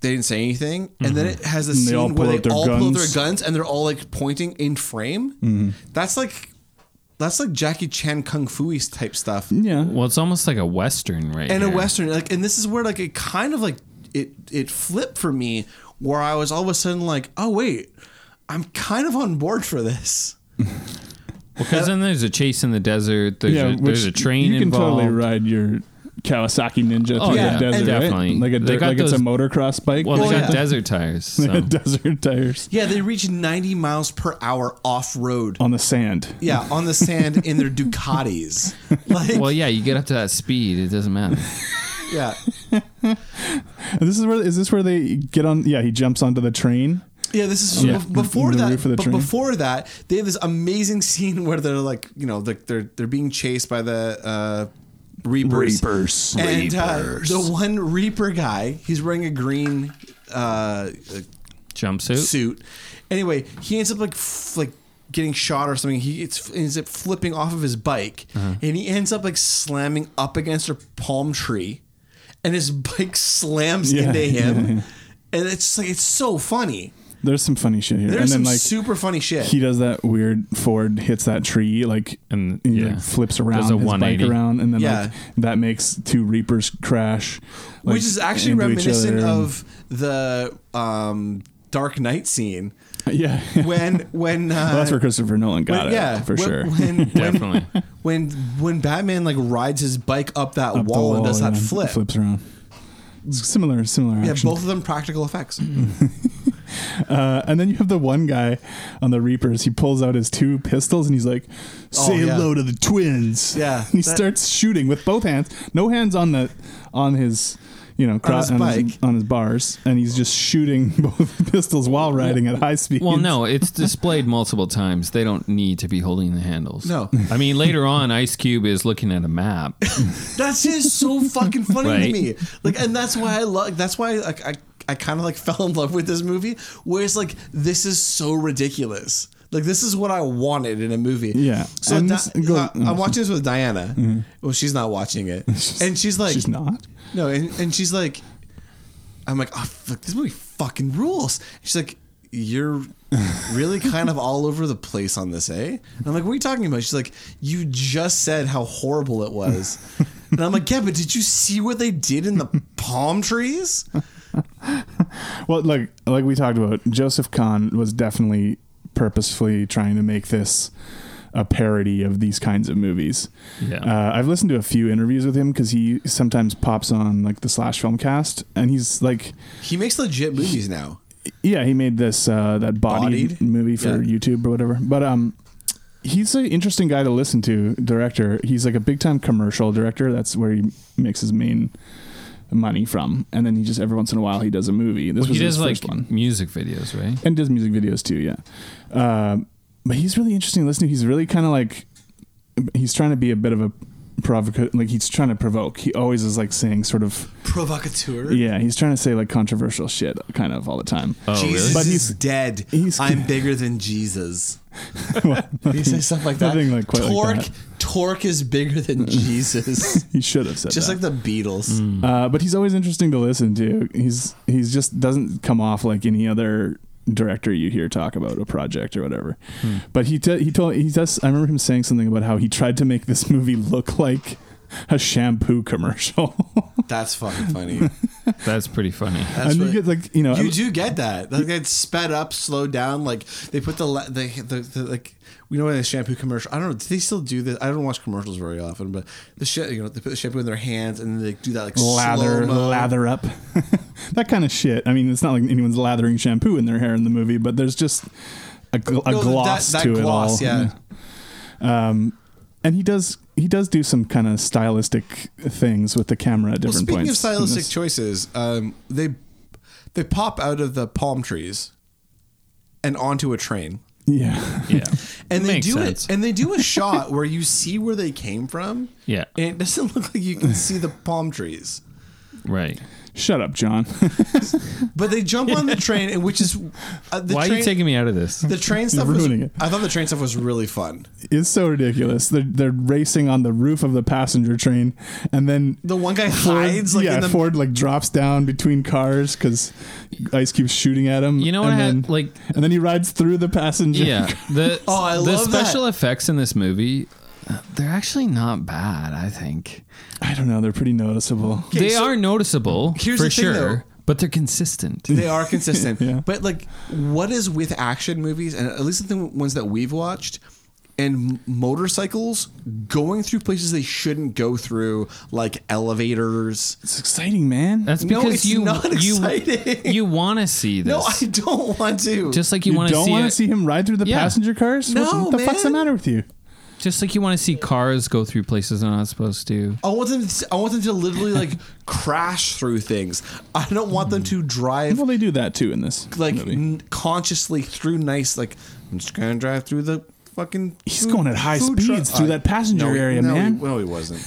[SPEAKER 1] they didn't say anything and then it has a
[SPEAKER 2] And
[SPEAKER 1] scene
[SPEAKER 2] they all
[SPEAKER 1] where
[SPEAKER 2] pull
[SPEAKER 1] they
[SPEAKER 2] out their
[SPEAKER 1] all pull out their
[SPEAKER 2] guns.
[SPEAKER 1] guns and they're all like pointing in frame.
[SPEAKER 2] Mhm.
[SPEAKER 1] That's like that's like Jackie Chan kung fu type stuff.
[SPEAKER 2] Yeah.
[SPEAKER 3] Well, it's almost like a western, right?
[SPEAKER 1] and
[SPEAKER 3] here.
[SPEAKER 1] a western like and this is where like it kind of like it it flipped for me where i was all of a sudden like oh wait i'm kind of on board for this
[SPEAKER 3] Because then there's a chase in the desert. There's, a, there's a
[SPEAKER 2] which
[SPEAKER 3] train
[SPEAKER 2] You can
[SPEAKER 3] involved.
[SPEAKER 2] totally ride your Kawasaki Ninja
[SPEAKER 3] Oh,
[SPEAKER 2] through
[SPEAKER 3] yeah,
[SPEAKER 2] the desert,
[SPEAKER 3] definitely.
[SPEAKER 2] right? Like a
[SPEAKER 3] They
[SPEAKER 2] dirt,
[SPEAKER 3] got
[SPEAKER 2] like it's
[SPEAKER 3] those-
[SPEAKER 2] a motocross bike.
[SPEAKER 3] Well,
[SPEAKER 1] they
[SPEAKER 2] or
[SPEAKER 1] got
[SPEAKER 2] something.
[SPEAKER 3] desert tires,
[SPEAKER 2] They got
[SPEAKER 3] so.
[SPEAKER 2] desert tires
[SPEAKER 1] yeah they reached 90 miles per hour off road
[SPEAKER 2] on the sand.
[SPEAKER 1] yeah on the sand in their ducatis
[SPEAKER 3] well, yeah, you get up to that speed, it doesn't matter.
[SPEAKER 1] yeah
[SPEAKER 2] And this is where is this where they get on? Yeah, he jumps onto the train.
[SPEAKER 1] yeah this is
[SPEAKER 2] Yeah.
[SPEAKER 1] bef- before
[SPEAKER 2] The
[SPEAKER 1] that
[SPEAKER 2] roof of the
[SPEAKER 1] but
[SPEAKER 2] train.
[SPEAKER 1] before that they have this amazing scene where they're like you know like they're they're being chased by the uh Reapers.
[SPEAKER 2] Reapers.
[SPEAKER 1] And uh,
[SPEAKER 2] Reapers.
[SPEAKER 1] the one Reaper guy, he's wearing a green uh,
[SPEAKER 3] jumpsuit.
[SPEAKER 1] Suit. Anyway, he ends up like f- like getting shot or something. He gets, ends up flipping off of his bike,
[SPEAKER 3] Uh-huh.
[SPEAKER 1] and he ends up like slamming up against a palm tree, and his bike slams
[SPEAKER 2] Yeah,
[SPEAKER 1] into him.
[SPEAKER 2] yeah, yeah.
[SPEAKER 1] And it's just, like it's so funny.
[SPEAKER 2] There's some funny shit here.
[SPEAKER 1] There's
[SPEAKER 2] and
[SPEAKER 1] some
[SPEAKER 2] then like
[SPEAKER 1] super funny shit.
[SPEAKER 2] he does that weird Ford hits that tree like and he
[SPEAKER 3] yeah.
[SPEAKER 2] like, flips around
[SPEAKER 3] Does a
[SPEAKER 2] his bike
[SPEAKER 3] 180.
[SPEAKER 2] around and then
[SPEAKER 1] Yeah.
[SPEAKER 2] like that makes two Reapers crash, like,
[SPEAKER 1] which is actually
[SPEAKER 2] into each
[SPEAKER 1] reminiscent
[SPEAKER 2] other and-
[SPEAKER 1] of the um, Dark Knight scene.
[SPEAKER 2] Yeah.
[SPEAKER 1] when when uh,
[SPEAKER 2] Well, that's where Christopher Nolan got
[SPEAKER 1] when-
[SPEAKER 2] it.
[SPEAKER 1] yeah,
[SPEAKER 2] for
[SPEAKER 1] when-
[SPEAKER 2] sure.
[SPEAKER 1] when- when when Batman like rides his bike up that
[SPEAKER 2] Up the
[SPEAKER 1] wall, and does that
[SPEAKER 2] yeah,
[SPEAKER 1] flip.
[SPEAKER 2] Flips around. It's similar, similar.
[SPEAKER 1] Yeah,
[SPEAKER 2] action.
[SPEAKER 1] both of them practical effects.
[SPEAKER 2] Uh, and then you have the one guy on the Reapers. He pulls out his two pistols and he's like,
[SPEAKER 1] Oh,
[SPEAKER 2] "Say
[SPEAKER 1] yeah.
[SPEAKER 2] hello to the twins."
[SPEAKER 1] Yeah,
[SPEAKER 2] And he
[SPEAKER 1] that-
[SPEAKER 2] starts shooting with both hands. No hands on the on his you know cross
[SPEAKER 1] his
[SPEAKER 2] on his bars, and he's just shooting both pistols while riding at high speed.
[SPEAKER 3] Well, no, it's displayed multiple times. They don't need to be holding the handles.
[SPEAKER 1] No.
[SPEAKER 3] I mean, later on, Ice Cube is looking at a map.
[SPEAKER 1] That's just so fucking funny to
[SPEAKER 3] Right.
[SPEAKER 1] me. Like, and that's why I love. That's why like I I kind of like fell in love with this movie. Where it's like this is so ridiculous. Like this is what I wanted in a movie.
[SPEAKER 2] Yeah.
[SPEAKER 1] So
[SPEAKER 2] And
[SPEAKER 1] Di-
[SPEAKER 2] this goes-
[SPEAKER 1] I- I'm watching this with Diana. Well, she's not watching it, and she's like,
[SPEAKER 2] she's not.
[SPEAKER 1] No, and, and she's like, I'm like, oh, fuck, this movie fucking rules. She's like, you're really kind of all over the place on this, eh? And I'm like, what are you talking about? She's like, you just said how horrible it was. And I'm like, yeah, but did you see what they did in the palm trees?
[SPEAKER 2] Well, like like we talked about, Joseph Kahn was definitely purposefully trying to make this a parody of these kinds of movies.
[SPEAKER 3] Yeah.
[SPEAKER 2] Uh, I've listened to a few interviews with him because he sometimes pops on like the Slash Film Cast, and he's like,
[SPEAKER 1] He makes legit movies now.
[SPEAKER 2] yeah, he made this uh, that bodied,
[SPEAKER 1] Bodied?
[SPEAKER 2] movie for
[SPEAKER 1] Yeah.
[SPEAKER 2] YouTube or whatever. But um, he's an interesting guy to listen to. Director, he's like a big time commercial director. That's where he makes his main money from, and then he just every once in a while he does a movie. This
[SPEAKER 3] Well,
[SPEAKER 2] was
[SPEAKER 3] he
[SPEAKER 2] his
[SPEAKER 3] does like
[SPEAKER 2] first one
[SPEAKER 3] music videos, right?
[SPEAKER 2] and does music videos too. Yeah, Um but he's really interesting to listen to. He's really kind of like he's trying to be a bit of a provoca like he's trying to provoke. He always is like saying sort of
[SPEAKER 1] Provocateur.
[SPEAKER 2] yeah. He's trying to say like controversial shit kind of all the time.
[SPEAKER 1] Jesus is
[SPEAKER 2] But he's
[SPEAKER 1] dead. I'm bigger than Jesus. he says stuff like that.
[SPEAKER 2] nothing like quite like
[SPEAKER 1] torque,
[SPEAKER 2] that.
[SPEAKER 1] torque is bigger than Jesus.
[SPEAKER 2] he should have said
[SPEAKER 1] Just
[SPEAKER 2] that.
[SPEAKER 1] like the Beatles.
[SPEAKER 2] Uh, but he's always interesting to listen to. He's he's just doesn't come off like any other director you hear talk about a project or whatever. But he t- he told he does. I remember him saying something about how he tried to make this movie look like a shampoo commercial.
[SPEAKER 1] That's fucking funny.
[SPEAKER 3] That's pretty funny.
[SPEAKER 1] That's
[SPEAKER 2] and you
[SPEAKER 1] right.
[SPEAKER 2] get like you know
[SPEAKER 1] you do get that. Like it's sped up, slowed down. Like they put the la- the, the, the like we know in the shampoo commercial. I don't know. Do they still do this? I don't watch commercials very often, but the shit you know they put the shampoo in their hands and they do that like
[SPEAKER 2] lather
[SPEAKER 1] slow-mo.
[SPEAKER 2] lather up that kind of shit i mean it's not like anyone's lathering shampoo in their hair in the movie but there's just a, gl- a
[SPEAKER 1] No, that-
[SPEAKER 2] gloss
[SPEAKER 1] that
[SPEAKER 2] to
[SPEAKER 1] gloss,
[SPEAKER 2] it all
[SPEAKER 1] yeah.
[SPEAKER 2] Yeah. um and he does he does do some kind of stylistic things with the camera at
[SPEAKER 1] Well,
[SPEAKER 2] different
[SPEAKER 1] speaking
[SPEAKER 2] points
[SPEAKER 1] of
[SPEAKER 2] in
[SPEAKER 1] stylistic
[SPEAKER 2] this.
[SPEAKER 1] choices, um, they they pop out of the palm trees and onto a train.
[SPEAKER 2] yeah
[SPEAKER 3] yeah
[SPEAKER 1] and they
[SPEAKER 3] Makes
[SPEAKER 1] do
[SPEAKER 3] sense.
[SPEAKER 1] it and they do a shot where you see where they came from
[SPEAKER 3] Yeah.
[SPEAKER 1] and it doesn't look like you can see the palm trees
[SPEAKER 3] Right.
[SPEAKER 2] shut up john
[SPEAKER 1] but they jump on the train and which is uh, the
[SPEAKER 3] Why
[SPEAKER 1] train,
[SPEAKER 3] are you taking me out of this?
[SPEAKER 1] the train stuff
[SPEAKER 2] You're
[SPEAKER 1] was,
[SPEAKER 2] ruining it.
[SPEAKER 1] i thought the train stuff was really fun
[SPEAKER 2] it's so ridiculous they're, they're racing on the roof of the passenger train and then
[SPEAKER 1] the one guy hides like
[SPEAKER 2] yeah,
[SPEAKER 1] in the
[SPEAKER 2] Ford like drops down between cars because Ice Cube's shooting at him.
[SPEAKER 3] You know what
[SPEAKER 2] and
[SPEAKER 3] I had-
[SPEAKER 2] then-
[SPEAKER 3] like-
[SPEAKER 2] and then he rides through the passenger.
[SPEAKER 3] Yeah. The
[SPEAKER 1] Oh, I
[SPEAKER 3] the
[SPEAKER 1] love that.
[SPEAKER 3] special effects in this movie, uh, they're actually not bad. I think
[SPEAKER 2] I don't know. They're pretty noticeable.
[SPEAKER 3] they
[SPEAKER 1] so-
[SPEAKER 3] are noticeable
[SPEAKER 1] Here's
[SPEAKER 3] for
[SPEAKER 1] the thing,
[SPEAKER 3] sure,
[SPEAKER 1] though.
[SPEAKER 3] but they're consistent.
[SPEAKER 1] they are consistent
[SPEAKER 2] Yeah.
[SPEAKER 1] but like what is with action movies and at least the thing- ones that we've watched and m- motorcycles going through places they shouldn't go through like elevators
[SPEAKER 2] It's exciting, man.
[SPEAKER 3] That's
[SPEAKER 1] No,
[SPEAKER 3] because
[SPEAKER 1] it's
[SPEAKER 3] you
[SPEAKER 1] not
[SPEAKER 3] you
[SPEAKER 1] exciting.
[SPEAKER 3] you want to see this.
[SPEAKER 1] no i don't want to
[SPEAKER 3] just like you,
[SPEAKER 2] you
[SPEAKER 3] want to
[SPEAKER 2] don't
[SPEAKER 3] see,
[SPEAKER 2] want
[SPEAKER 3] it-
[SPEAKER 2] to see him ride through the
[SPEAKER 3] Yeah.
[SPEAKER 2] passenger cars. What-
[SPEAKER 1] No,
[SPEAKER 2] what the fuck's the
[SPEAKER 1] man.
[SPEAKER 2] matter with you?
[SPEAKER 3] just like you want to see cars go through places they're not supposed to.
[SPEAKER 1] I want them. To, I want them to literally like crash through things. I don't want them to drive
[SPEAKER 2] Well, they do that too in this
[SPEAKER 1] like
[SPEAKER 2] movie.
[SPEAKER 1] n- consciously through nice. Like I'm just gonna drive through the fucking.
[SPEAKER 2] He's going at high
[SPEAKER 1] food truck."
[SPEAKER 2] speeds through
[SPEAKER 1] I-
[SPEAKER 2] that passenger
[SPEAKER 1] no, he-
[SPEAKER 2] area,
[SPEAKER 1] no, he-
[SPEAKER 2] man.
[SPEAKER 1] no, he wasn't.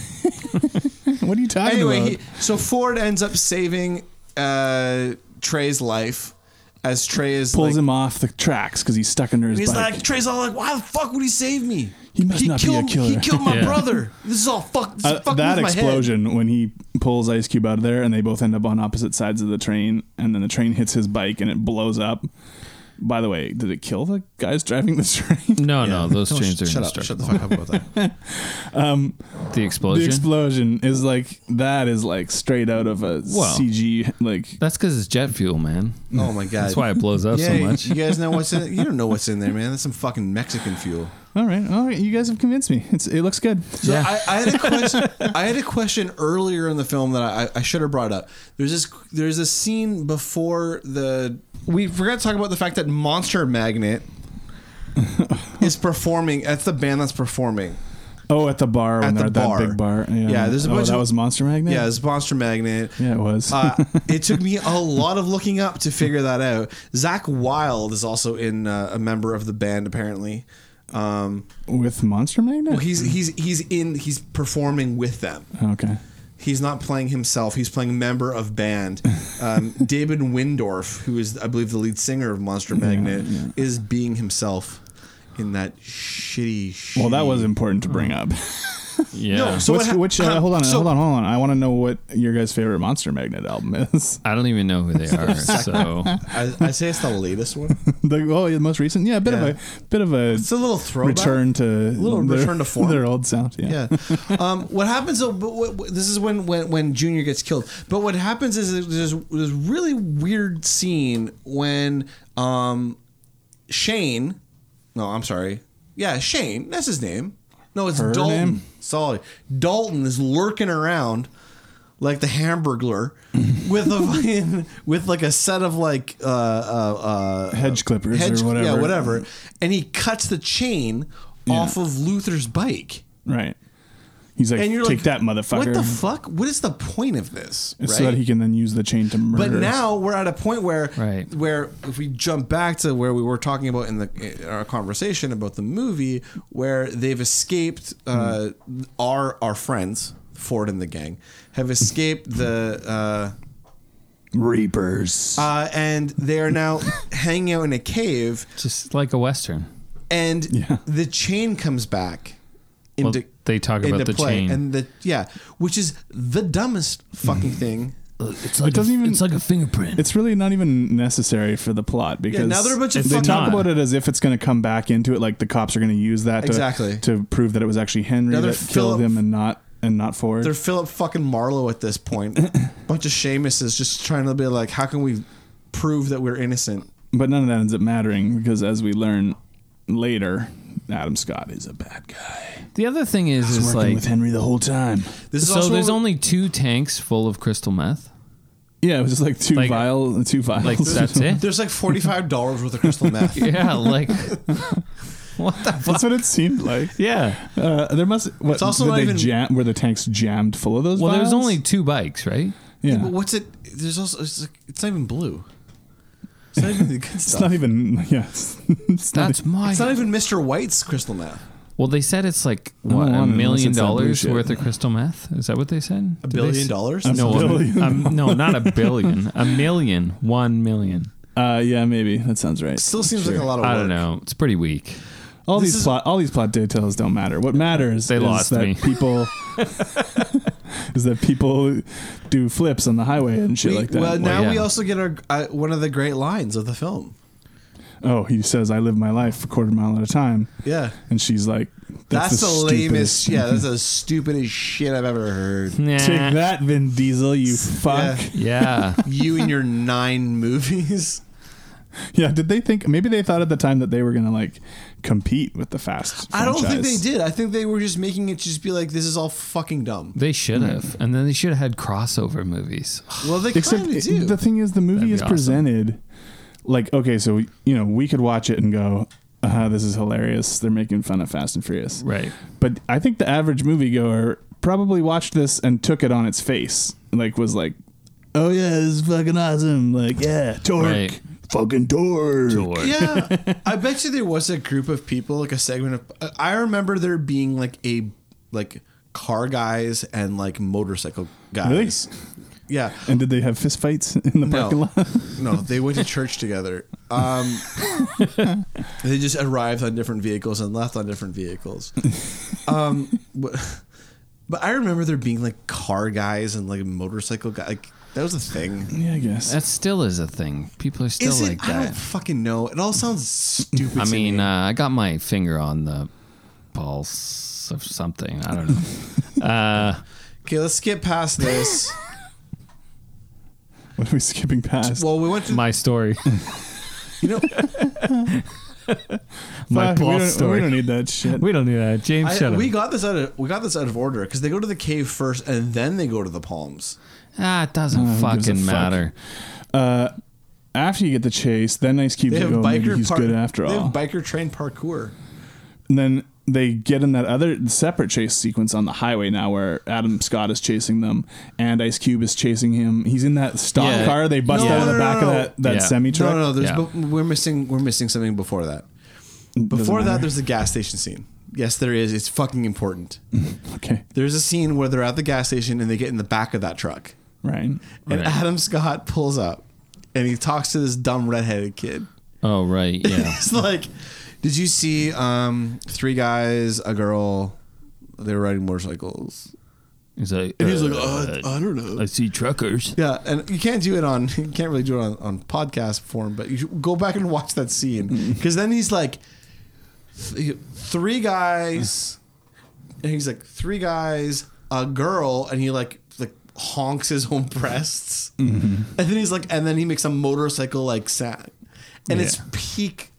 [SPEAKER 2] What are you talking
[SPEAKER 1] anyway,
[SPEAKER 2] about?
[SPEAKER 1] he, so Ford ends up saving uh, Trey's life as Trey is
[SPEAKER 2] Pulls
[SPEAKER 1] like,
[SPEAKER 2] him off the tracks because he's stuck under his
[SPEAKER 1] He's
[SPEAKER 2] bike.
[SPEAKER 1] like Trey's all like, "Why the fuck would he save me?
[SPEAKER 2] He must not be a
[SPEAKER 1] killed, He
[SPEAKER 2] killer."
[SPEAKER 1] killed my
[SPEAKER 3] Yeah.
[SPEAKER 1] brother. This is all fuck. This is
[SPEAKER 2] Uh,
[SPEAKER 1] fucking
[SPEAKER 2] that
[SPEAKER 1] with my head."
[SPEAKER 2] explosion when he pulls Ice Cube out of there and they both end up on opposite sides of the train and then the train hits his bike and it blows up. By the way, did it kill the guys driving the train?
[SPEAKER 3] No, no, those
[SPEAKER 1] No,
[SPEAKER 3] trains are
[SPEAKER 1] shut up. Shut the
[SPEAKER 3] indestructible.
[SPEAKER 1] fuck up about that.
[SPEAKER 3] The
[SPEAKER 2] the
[SPEAKER 3] explosion.
[SPEAKER 2] explosion is like that is like straight out of a
[SPEAKER 3] Well.
[SPEAKER 2] CG like
[SPEAKER 3] That's because it's jet fuel, man.
[SPEAKER 1] Oh my god.
[SPEAKER 3] That's why it blows up so
[SPEAKER 1] Yeah,
[SPEAKER 3] much.
[SPEAKER 1] You guys know what's in it? You don't know what's in there, man. That's some fucking Mexican fuel.
[SPEAKER 2] all right, all right, you guys have convinced me. It's it looks good.
[SPEAKER 1] So I, I had a question. I had a question earlier in the film that I, I should have brought up. There's this. There's a scene before the. We forgot to talk about the fact that Monster Magnet is performing. That's the band that's performing.
[SPEAKER 2] Oh, at the bar when
[SPEAKER 1] At
[SPEAKER 2] they're
[SPEAKER 1] the
[SPEAKER 2] at that
[SPEAKER 1] bar.
[SPEAKER 2] big bar. Yeah,
[SPEAKER 1] Yeah, there's a
[SPEAKER 2] oh,
[SPEAKER 1] bunch
[SPEAKER 2] that
[SPEAKER 1] of-
[SPEAKER 2] was Monster Magnet.
[SPEAKER 1] Yeah, it's Monster Magnet.
[SPEAKER 2] yeah, it was.
[SPEAKER 1] Uh, it took me a lot of looking up to figure that out. Zach Wilde is also in uh, a member of the band apparently. Um,
[SPEAKER 2] With Monster Magnet.
[SPEAKER 1] Well, he's he's he's in he's performing with them.
[SPEAKER 2] okay.
[SPEAKER 1] He's not playing himself. He's playing a member of band. Um, David Windorf, who is I believe the lead singer of Monster Magnet, is being himself in that shitty.
[SPEAKER 2] Well, that
[SPEAKER 1] shitty-
[SPEAKER 2] was important to bring up.
[SPEAKER 3] Yeah.
[SPEAKER 1] No, so what
[SPEAKER 2] What's,
[SPEAKER 1] hap-
[SPEAKER 2] which uh, hold on,
[SPEAKER 1] so-
[SPEAKER 2] hold on, hold on. I want to know what your guys' favorite Monster Magnet album is.
[SPEAKER 3] I don't even know who they are. So
[SPEAKER 1] I, I say it's the latest one.
[SPEAKER 2] the, oh, the most recent. Yeah, a bit
[SPEAKER 1] Yeah.
[SPEAKER 2] of a bit of a
[SPEAKER 1] It's a little throwback.
[SPEAKER 2] return to
[SPEAKER 1] little
[SPEAKER 2] their,
[SPEAKER 1] return to form.
[SPEAKER 2] Their old sound. Yeah.
[SPEAKER 1] Yeah. Um, what happens? Though, but what, what- this is when, when when Junior gets killed. But what happens is there's this really weird scene when um, Shane. No, I'm sorry. Yeah, Shane. That's his name. No, it's
[SPEAKER 2] Her
[SPEAKER 1] Dalton.
[SPEAKER 2] name?
[SPEAKER 1] Sorry, Dalton is lurking around like the Hamburglar with a fucking- with like a set of like uh, uh, uh,
[SPEAKER 2] Hedge clippers
[SPEAKER 1] hedge-
[SPEAKER 2] or whatever.
[SPEAKER 1] Yeah, whatever. And he cuts the chain off of Luther's bike
[SPEAKER 2] Right. He's like,
[SPEAKER 1] and you're
[SPEAKER 2] take
[SPEAKER 1] like,
[SPEAKER 2] that, motherfucker.
[SPEAKER 1] What the fuck? What is the point of this?
[SPEAKER 2] It's So that he can then use the chain to murder.
[SPEAKER 1] but now we're at a point where,
[SPEAKER 3] Right.
[SPEAKER 1] where if we jump back to where we were talking about in the in our conversation about the movie, where they've escaped, uh, our our friends Ford and the gang have escaped the. Uh,
[SPEAKER 2] Reapers.
[SPEAKER 1] uh, and they are now hanging out in a cave,
[SPEAKER 3] just like a western.
[SPEAKER 1] and
[SPEAKER 2] Yeah.
[SPEAKER 1] the chain comes back
[SPEAKER 3] Well,
[SPEAKER 1] into
[SPEAKER 3] they talk about
[SPEAKER 1] into
[SPEAKER 3] the chain. Mm-hmm.
[SPEAKER 1] and the yeah, which is the dumbest fucking thing
[SPEAKER 2] It's like it doesn't even. It's like
[SPEAKER 3] a fingerprint.
[SPEAKER 2] It's really not even necessary for the plot because
[SPEAKER 1] now they're a bunch of
[SPEAKER 2] they
[SPEAKER 1] fucking-
[SPEAKER 2] talk
[SPEAKER 1] It's not.
[SPEAKER 2] about it as if it's going to come back into it. Like the cops are going to use that to,
[SPEAKER 1] Exactly.
[SPEAKER 2] to prove that it was actually Henry
[SPEAKER 1] Now they're
[SPEAKER 2] that killed
[SPEAKER 1] Philip-
[SPEAKER 2] him and not and not Ford.
[SPEAKER 1] They're Philip fucking Marlowe at this point. Bunch of Seamus is just trying to be like, how can we prove that we're innocent?
[SPEAKER 2] But none of that ends up mattering because, as we learn later, Adam Scott is a bad guy.
[SPEAKER 3] The other thing is,
[SPEAKER 2] I was
[SPEAKER 3] is
[SPEAKER 2] working
[SPEAKER 3] like
[SPEAKER 2] with Henry the whole time.
[SPEAKER 1] This is
[SPEAKER 3] so
[SPEAKER 1] also-
[SPEAKER 3] there's only two tanks full of crystal meth.
[SPEAKER 2] Yeah, it was just like two vial, two vials.
[SPEAKER 3] Like that's it.
[SPEAKER 1] There's like forty-five dollars worth of crystal meth.
[SPEAKER 3] yeah, like
[SPEAKER 2] What
[SPEAKER 3] the fuck?
[SPEAKER 2] That's what it seemed like.
[SPEAKER 3] Yeah.
[SPEAKER 2] Uh, there must. What,
[SPEAKER 1] It's also
[SPEAKER 2] did
[SPEAKER 1] not
[SPEAKER 2] they
[SPEAKER 1] even-
[SPEAKER 2] jam, were the tanks jammed full of those?
[SPEAKER 3] well, there's
[SPEAKER 2] vials?
[SPEAKER 3] only two bikes, right?
[SPEAKER 2] Yeah.
[SPEAKER 1] But what's it? There's also it's, like, it's not even blue. It's not even the good
[SPEAKER 2] It's
[SPEAKER 1] stuff.
[SPEAKER 2] not even. Yeah. It's, it's not
[SPEAKER 3] That's my.
[SPEAKER 1] It's not even Mr. White's crystal meth.
[SPEAKER 3] Well, they said it's like
[SPEAKER 2] I don't
[SPEAKER 3] what
[SPEAKER 2] want it
[SPEAKER 3] a
[SPEAKER 2] unless
[SPEAKER 3] million
[SPEAKER 2] it's that blue
[SPEAKER 3] dollars
[SPEAKER 2] shit.
[SPEAKER 3] worth of crystal meth. Is that what they said? A
[SPEAKER 1] billion dollars?
[SPEAKER 3] No,
[SPEAKER 2] A
[SPEAKER 3] a-
[SPEAKER 2] billion
[SPEAKER 3] um, no, not a billion. A million. One million.
[SPEAKER 2] Uh, yeah, maybe that sounds right.
[SPEAKER 1] Still seems like a lot of work.
[SPEAKER 3] I don't know. It's pretty weak.
[SPEAKER 2] All
[SPEAKER 1] This
[SPEAKER 2] these
[SPEAKER 1] is-
[SPEAKER 2] plot, all these plot details don't matter. What matters
[SPEAKER 3] They
[SPEAKER 2] is
[SPEAKER 3] lost
[SPEAKER 2] that
[SPEAKER 3] me.
[SPEAKER 2] people is that people do flips on the highway and shit
[SPEAKER 1] We-
[SPEAKER 2] like that.
[SPEAKER 1] Well, now we
[SPEAKER 3] yeah.
[SPEAKER 1] also get our uh, one of the great lines of the film.
[SPEAKER 2] oh, he says, "I live my life a quarter mile at a time,"
[SPEAKER 1] Yeah,
[SPEAKER 2] and she's like,
[SPEAKER 1] that's,
[SPEAKER 2] "That's,
[SPEAKER 1] the, lamest. Yeah, that's the stupidest shit I've ever heard.
[SPEAKER 3] Nah.
[SPEAKER 2] Take that, Vin Diesel, you fuck.
[SPEAKER 1] Yeah.
[SPEAKER 3] Yeah.
[SPEAKER 1] you and your nine movies.
[SPEAKER 2] Yeah. did they think maybe they thought at the time that they were gonna like compete with the Fast?
[SPEAKER 1] I don't think they
[SPEAKER 2] franchise.
[SPEAKER 1] did. I think they were just making it just be like, this is all fucking dumb.
[SPEAKER 3] They should have, and then they should have had crossover movies.
[SPEAKER 1] Well, they
[SPEAKER 2] Except
[SPEAKER 1] kind of
[SPEAKER 2] it-
[SPEAKER 1] do.
[SPEAKER 2] the thing is, the
[SPEAKER 3] That'd
[SPEAKER 2] movie
[SPEAKER 3] be
[SPEAKER 2] is
[SPEAKER 3] awesome.
[SPEAKER 2] presented like okay, so you know we could watch it and go, uh, "This is hilarious." They're making fun of Fast and Furious,
[SPEAKER 3] Right.
[SPEAKER 2] But I think the average moviegoer probably watched this and took it on its face, like was like, "Oh yeah, this is fucking awesome!" Like yeah, torque,
[SPEAKER 3] Right.
[SPEAKER 2] fucking torque.
[SPEAKER 1] yeah, I bet you there was a group of people, like a segment of. I remember there being like a like car guys and like motorcycle
[SPEAKER 2] Really?
[SPEAKER 1] guys. Yeah,
[SPEAKER 2] And did they have fistfights in the parking
[SPEAKER 1] no,
[SPEAKER 2] lot?
[SPEAKER 1] no, they went to church together. Um, they just arrived on different vehicles and left on different vehicles. Um, but, but I remember there being like car guys and like motorcycle guy. Like that was a thing.
[SPEAKER 2] yeah, I guess.
[SPEAKER 3] That still is a thing. People are still
[SPEAKER 1] Is it?
[SPEAKER 3] like
[SPEAKER 1] I don't
[SPEAKER 3] that.
[SPEAKER 1] fucking know. It all sounds stupid.
[SPEAKER 3] I
[SPEAKER 1] to
[SPEAKER 3] mean,
[SPEAKER 1] me.
[SPEAKER 3] uh, I got my finger on the pulse of something. I don't know. uh,
[SPEAKER 1] okay, let's skip past this.
[SPEAKER 2] What are we skipping past?
[SPEAKER 1] well, we went to
[SPEAKER 3] my story.
[SPEAKER 1] you know.
[SPEAKER 3] My
[SPEAKER 2] Fuck, we,
[SPEAKER 3] pulse
[SPEAKER 2] don't, we
[SPEAKER 3] story.
[SPEAKER 2] don't need that shit.
[SPEAKER 3] We don't need that. James,
[SPEAKER 1] I,
[SPEAKER 3] shut up.
[SPEAKER 1] we got this out of we got this out of order because they go to the cave first and then they go to the palms.
[SPEAKER 3] ah, it doesn't
[SPEAKER 2] who gives a
[SPEAKER 3] fucking
[SPEAKER 2] fuck?
[SPEAKER 3] matter.
[SPEAKER 2] after you get the chase, then Ice Cube
[SPEAKER 1] They have
[SPEAKER 2] go, maybe
[SPEAKER 1] biker
[SPEAKER 2] he's
[SPEAKER 1] par-
[SPEAKER 2] good after
[SPEAKER 1] They
[SPEAKER 2] all.
[SPEAKER 1] have biker train parkour.
[SPEAKER 2] And then they get in that other separate chase sequence on the highway now where Adam Scott is chasing them and Ice Cube is chasing him. He's in that stock
[SPEAKER 3] Yeah.
[SPEAKER 2] car. They bust
[SPEAKER 1] No,
[SPEAKER 2] out of
[SPEAKER 1] no,
[SPEAKER 2] the
[SPEAKER 1] no,
[SPEAKER 2] back
[SPEAKER 1] no.
[SPEAKER 2] of that, that
[SPEAKER 3] Yeah.
[SPEAKER 2] semi truck.
[SPEAKER 1] No, no, there's
[SPEAKER 3] Yeah.
[SPEAKER 1] bo- we're missing we're missing something before that. Before that, there's the gas station scene. Yes, there is. It's fucking important.
[SPEAKER 2] Okay.
[SPEAKER 1] There's a scene where they're at the gas station and they get in the back of that truck,
[SPEAKER 2] Right.
[SPEAKER 1] and Adam Scott pulls up, and he talks to this dumb redheaded kid.
[SPEAKER 3] Oh right, yeah.
[SPEAKER 1] it's like, did you see um, three guys, a girl? They were riding motorcycles.
[SPEAKER 3] He's like,
[SPEAKER 1] And he's like, "Uh, I don't know."
[SPEAKER 3] I see truckers.
[SPEAKER 1] Yeah, and you can't do it on you can't really do it on, on podcast form, but you should go back and watch that scene because then he's like th- three guys, and he's like three guys, a girl, and he like like honks his own breasts, and then he's like, and then he makes a motorcycle like sound, and it's peak.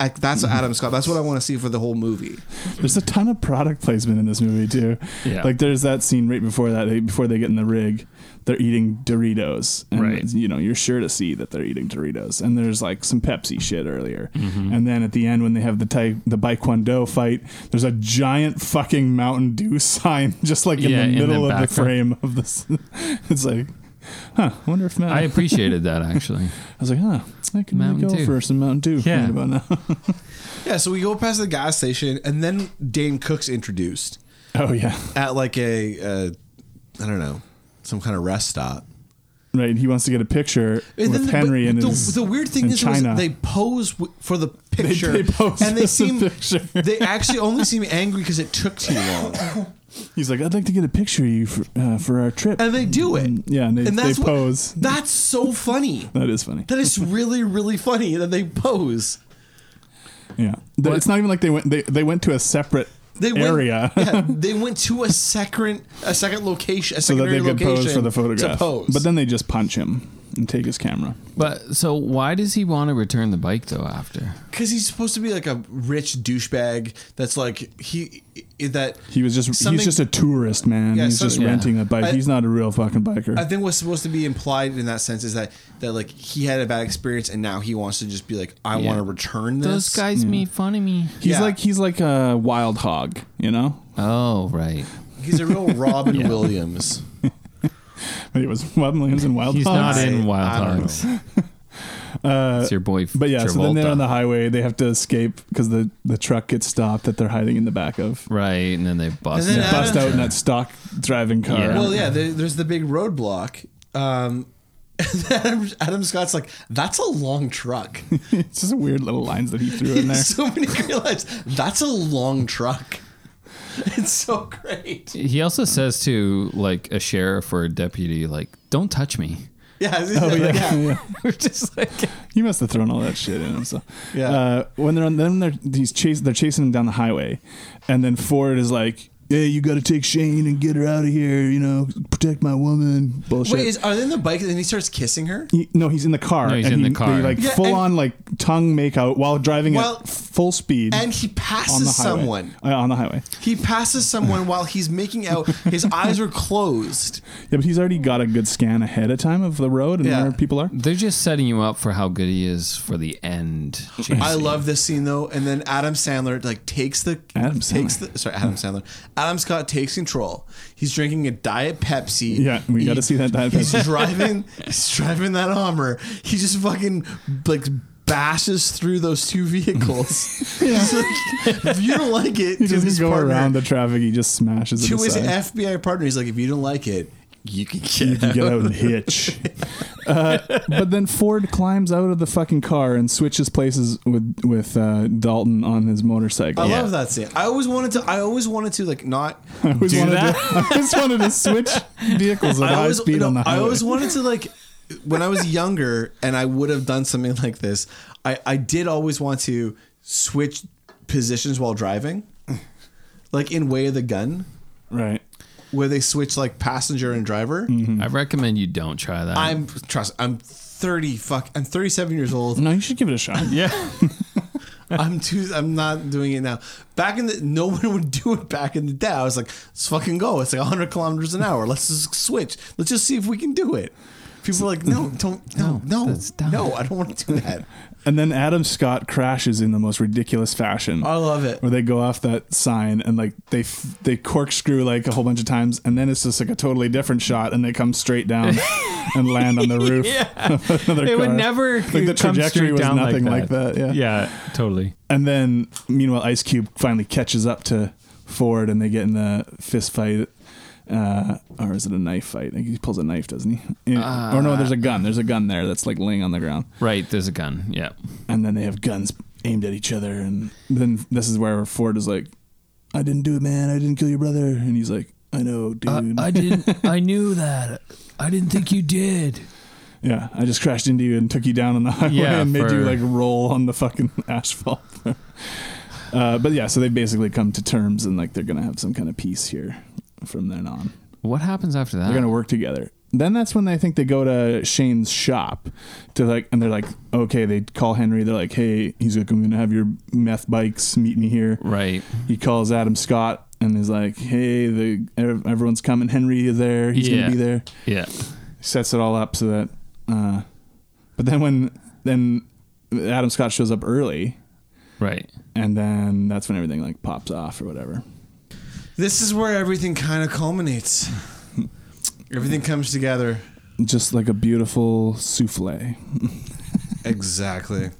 [SPEAKER 1] like, That's Adam Scott. That's what I want to see for the whole movie.
[SPEAKER 2] There's a ton of product placement in this movie too.
[SPEAKER 3] Yeah.
[SPEAKER 2] Like there's that scene right before that, they, before they get in the rig, they're eating Doritos. And
[SPEAKER 3] Right.
[SPEAKER 2] you know, you're sure to see that they're eating Doritos. And there's like some Pepsi shit earlier.
[SPEAKER 3] Mm-hmm.
[SPEAKER 2] And then at the end when they have the type the Baekwondo fight, there's a giant fucking Mountain Dew sign just like in
[SPEAKER 3] Yeah,
[SPEAKER 2] the
[SPEAKER 3] in the
[SPEAKER 2] middle of the
[SPEAKER 3] back.
[SPEAKER 2] frame of this it's like Huh, I wonder if Matt I,
[SPEAKER 3] I appreciated that actually.
[SPEAKER 2] was like, huh, I can really
[SPEAKER 3] Mountain
[SPEAKER 2] go
[SPEAKER 3] Dew.
[SPEAKER 2] for some Mountain Dew
[SPEAKER 3] Yeah.
[SPEAKER 2] right about now.
[SPEAKER 1] Yeah, so we go past the gas station, and then Dane Cook's introduced.
[SPEAKER 2] oh yeah.
[SPEAKER 1] at like a uh, I don't know some kind of rest stop.
[SPEAKER 2] Right. He wants to get a picture with
[SPEAKER 1] the,
[SPEAKER 2] Henry
[SPEAKER 1] but
[SPEAKER 2] and
[SPEAKER 1] the,
[SPEAKER 2] his
[SPEAKER 1] the weird thing
[SPEAKER 2] in
[SPEAKER 1] is was
[SPEAKER 2] China.
[SPEAKER 1] they pose w- for the picture
[SPEAKER 2] they pose
[SPEAKER 1] and they
[SPEAKER 2] as the
[SPEAKER 1] seem
[SPEAKER 2] picture.
[SPEAKER 1] they actually only seem angry because it took too long.
[SPEAKER 2] He's like, I'd like to get a picture of you for, uh, for our trip.
[SPEAKER 1] And they do it.
[SPEAKER 2] Mm, yeah, and they,
[SPEAKER 1] and that's
[SPEAKER 2] they
[SPEAKER 1] what-
[SPEAKER 2] pose.
[SPEAKER 1] that's so funny.
[SPEAKER 2] that is funny.
[SPEAKER 1] That is really really funny that they pose.
[SPEAKER 2] Yeah, Th- it's not even like they went. They, they went to a separate
[SPEAKER 1] They went,
[SPEAKER 2] area.
[SPEAKER 1] yeah, they went to a second a second location a
[SPEAKER 2] so that
[SPEAKER 1] secondary
[SPEAKER 2] they could
[SPEAKER 1] location
[SPEAKER 2] pose for the
[SPEAKER 1] to
[SPEAKER 2] photograph.
[SPEAKER 1] pose.
[SPEAKER 2] But then they just punch him and take his camera.
[SPEAKER 3] But so why does he want to return the bike though after?
[SPEAKER 1] Because he's supposed to be like a rich douchebag. That's like he that
[SPEAKER 2] He was just
[SPEAKER 1] something-
[SPEAKER 2] he's just a tourist man.
[SPEAKER 1] Yeah,
[SPEAKER 2] he's just
[SPEAKER 1] something-
[SPEAKER 2] renting a bike.
[SPEAKER 1] I-
[SPEAKER 2] he's not a real fucking biker.
[SPEAKER 1] I think what's supposed to be implied in that sense is that that like he had a bad experience and now he wants to just be like I
[SPEAKER 2] Yeah.
[SPEAKER 1] want to return this.
[SPEAKER 3] Those guys
[SPEAKER 2] Yeah.
[SPEAKER 3] made fun of me.
[SPEAKER 2] he's like he's like a wild hog, you know?
[SPEAKER 3] Oh, right.
[SPEAKER 1] He's a real Robin
[SPEAKER 2] Yeah.
[SPEAKER 1] Williams.
[SPEAKER 2] But he was Robin Williams in Wild
[SPEAKER 3] He's
[SPEAKER 2] Hogs.
[SPEAKER 3] not in Wild Hogs.
[SPEAKER 2] Uh,
[SPEAKER 3] It's your boy.
[SPEAKER 2] But yeah, so then they're
[SPEAKER 3] Travolta.
[SPEAKER 2] on the highway. They have to escape because the, the truck gets stopped that they're hiding in the back of.
[SPEAKER 3] Right, and then they bust.
[SPEAKER 1] And then
[SPEAKER 3] out.
[SPEAKER 2] Bust out in that stock driving car.
[SPEAKER 1] Well, yeah, there, there's the big roadblock. Um, Adam, Adam Scott's like, that's a long truck.
[SPEAKER 2] it's just weird little lines that he threw in there.
[SPEAKER 1] so many realize that's a long truck. It's so great.
[SPEAKER 3] He also says to like a sheriff or a deputy, like, "Don't touch me."
[SPEAKER 1] Yeah.
[SPEAKER 2] Oh yeah,
[SPEAKER 1] yeah.
[SPEAKER 2] yeah.
[SPEAKER 3] We're just like
[SPEAKER 2] He must have thrown all that shit in him. So
[SPEAKER 1] Yeah.
[SPEAKER 2] uh, when they're on, then they're he's chase, they're chasing him down the highway, and then Ford is like, "Hey, you got to take Shane and get her out of here. You know, protect my woman." Bullshit.
[SPEAKER 1] Wait, is, are they in the bike and then he starts kissing her?
[SPEAKER 2] He- no, he's in the car.
[SPEAKER 3] No, he's
[SPEAKER 2] and
[SPEAKER 3] in
[SPEAKER 2] he-
[SPEAKER 3] the car.
[SPEAKER 2] They, like
[SPEAKER 1] Yeah,
[SPEAKER 2] full
[SPEAKER 1] and-
[SPEAKER 2] on like tongue make out while driving
[SPEAKER 1] Well,
[SPEAKER 2] at full speed
[SPEAKER 1] And he
[SPEAKER 2] on the
[SPEAKER 1] passes
[SPEAKER 2] highway.
[SPEAKER 1] someone.
[SPEAKER 2] Uh, on the highway.
[SPEAKER 1] He passes someone while he's making out. His eyes are closed.
[SPEAKER 2] Yeah, but he's already got a good scan ahead of time of the road and
[SPEAKER 1] Yeah.
[SPEAKER 2] where people are.
[SPEAKER 3] they're just setting you up for how good he is for the end.
[SPEAKER 1] I
[SPEAKER 3] Jason.
[SPEAKER 1] love this scene though, and then Adam Sandler like takes the
[SPEAKER 2] Adam
[SPEAKER 1] takes the sorry Adam Sandler Adam Scott takes control. He's drinking a diet Pepsi.
[SPEAKER 2] Yeah, we
[SPEAKER 1] He-
[SPEAKER 2] gotta see that Diet
[SPEAKER 1] He's
[SPEAKER 2] Pepsi.
[SPEAKER 1] driving. he's driving that Hummer. He just fucking like bashes through those two vehicles. He's like, if you don't like it,
[SPEAKER 2] He
[SPEAKER 1] to his
[SPEAKER 2] doesn't go
[SPEAKER 1] partner,
[SPEAKER 2] around the traffic. He just smashes it
[SPEAKER 1] to his
[SPEAKER 2] aside.
[SPEAKER 1] FBI partner. He's like, if you don't like it, you can get
[SPEAKER 2] you can
[SPEAKER 1] out.
[SPEAKER 2] get out and hitch. Uh, but then Ford climbs out of the fucking car and switches places with with uh, Dalton on his motorcycle.
[SPEAKER 1] I love that scene. I always wanted to. I always wanted to like not
[SPEAKER 2] I always
[SPEAKER 1] do
[SPEAKER 2] wanted
[SPEAKER 1] that.
[SPEAKER 2] To, I always wanted to switch vehicles at
[SPEAKER 1] I
[SPEAKER 2] high
[SPEAKER 1] always,
[SPEAKER 2] speed
[SPEAKER 1] no,
[SPEAKER 2] on the highway.
[SPEAKER 1] I always wanted to like when I was younger and I would have done something like this. I I did always want to switch positions while driving, like in Way of the Gun,
[SPEAKER 2] right.
[SPEAKER 1] where they switch like passenger and driver.
[SPEAKER 2] Mm-hmm.
[SPEAKER 3] I recommend you don't try that.
[SPEAKER 1] I'm trust. I'm thirty. Fuck. I'm thirty seven years old.
[SPEAKER 2] No, you should give it a shot.
[SPEAKER 3] yeah.
[SPEAKER 1] I'm too. I'm not doing it now. Back in the, no one would do it back in the day. I was like, let's fucking go. It's like 100 kilometers an hour. Let's just switch. Let's just see if we can do it. People are like, no, don't, no, no,
[SPEAKER 3] that's
[SPEAKER 1] no,
[SPEAKER 3] dumb.
[SPEAKER 1] I don't want to do that.
[SPEAKER 2] And then Adam Scott crashes in the most ridiculous fashion.
[SPEAKER 1] I love it.
[SPEAKER 2] where they go off that sign and like they f- they corkscrew like a whole bunch of times, and then it's just like a totally different shot, and they come straight down and land on the roof. of another
[SPEAKER 3] It would
[SPEAKER 2] car.
[SPEAKER 3] never
[SPEAKER 2] like the trajectory was nothing like that. yeah,
[SPEAKER 3] Yeah, totally.
[SPEAKER 2] And then meanwhile, Ice Cube finally catches up to Ford, and they get in the fist fight. Uh, or is it a knife fight? I think he pulls a knife, doesn't he? Yeah. or no, there's a gun. There's a gun there that's like laying on the ground
[SPEAKER 3] Right, there's a gun. Yeah.
[SPEAKER 2] and then they have guns aimed at each other and then this is where ford is like i didn't do it man i didn't kill your brother and he's like i know dude
[SPEAKER 3] didn't Uh, I knew that. I didn't think you did.
[SPEAKER 2] yeah i just crashed into you and took you down on the highway
[SPEAKER 3] Yeah,
[SPEAKER 2] and made you
[SPEAKER 3] for-
[SPEAKER 2] like roll on the fucking asphalt uh, but yeah so they basically come to terms and like they're gonna have some kind of peace here from then on
[SPEAKER 3] What happens after that?
[SPEAKER 2] they're gonna work together then that's when I think they go to Shane's shop to like, and they're like, okay, they call Henry. They're like, hey, he's like, I'm gonna have your meth bikes meet me here.
[SPEAKER 3] Right.
[SPEAKER 2] he calls Adam Scott and is like, "Hey, the ev- everyone's coming. Henry is there. He's
[SPEAKER 3] Yeah.
[SPEAKER 2] gonna be there."
[SPEAKER 3] Yeah.
[SPEAKER 2] Sets it all up so that. Uh, but then when then Adam Scott shows up early,
[SPEAKER 3] Right.
[SPEAKER 2] and then that's when everything like pops off or whatever.
[SPEAKER 1] This is where everything kind of culminates. Everything comes together.
[SPEAKER 2] Just like a beautiful souffle,
[SPEAKER 1] Exactly.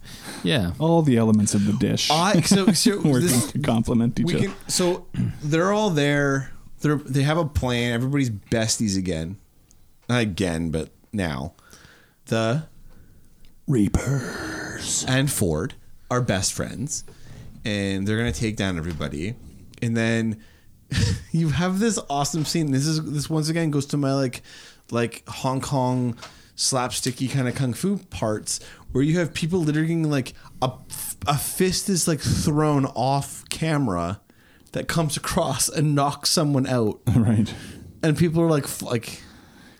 [SPEAKER 3] Yeah.
[SPEAKER 2] all the elements of the dish
[SPEAKER 1] I so so
[SPEAKER 2] working
[SPEAKER 1] this,
[SPEAKER 2] to complement each
[SPEAKER 1] we
[SPEAKER 2] other.
[SPEAKER 1] can so they're all there. They're they have a plan. Everybody's besties again, not again, but now the
[SPEAKER 2] Reaper.
[SPEAKER 1] and Ford are best friends, and they're gonna take down everybody. And then you have this awesome scene. This is this once again goes to my like like Hong Kong slapsticky kind of kung fu parts where you have people literally like a a fist is like thrown off camera that comes across and knocks someone out.
[SPEAKER 2] Right.
[SPEAKER 1] And people are like f- like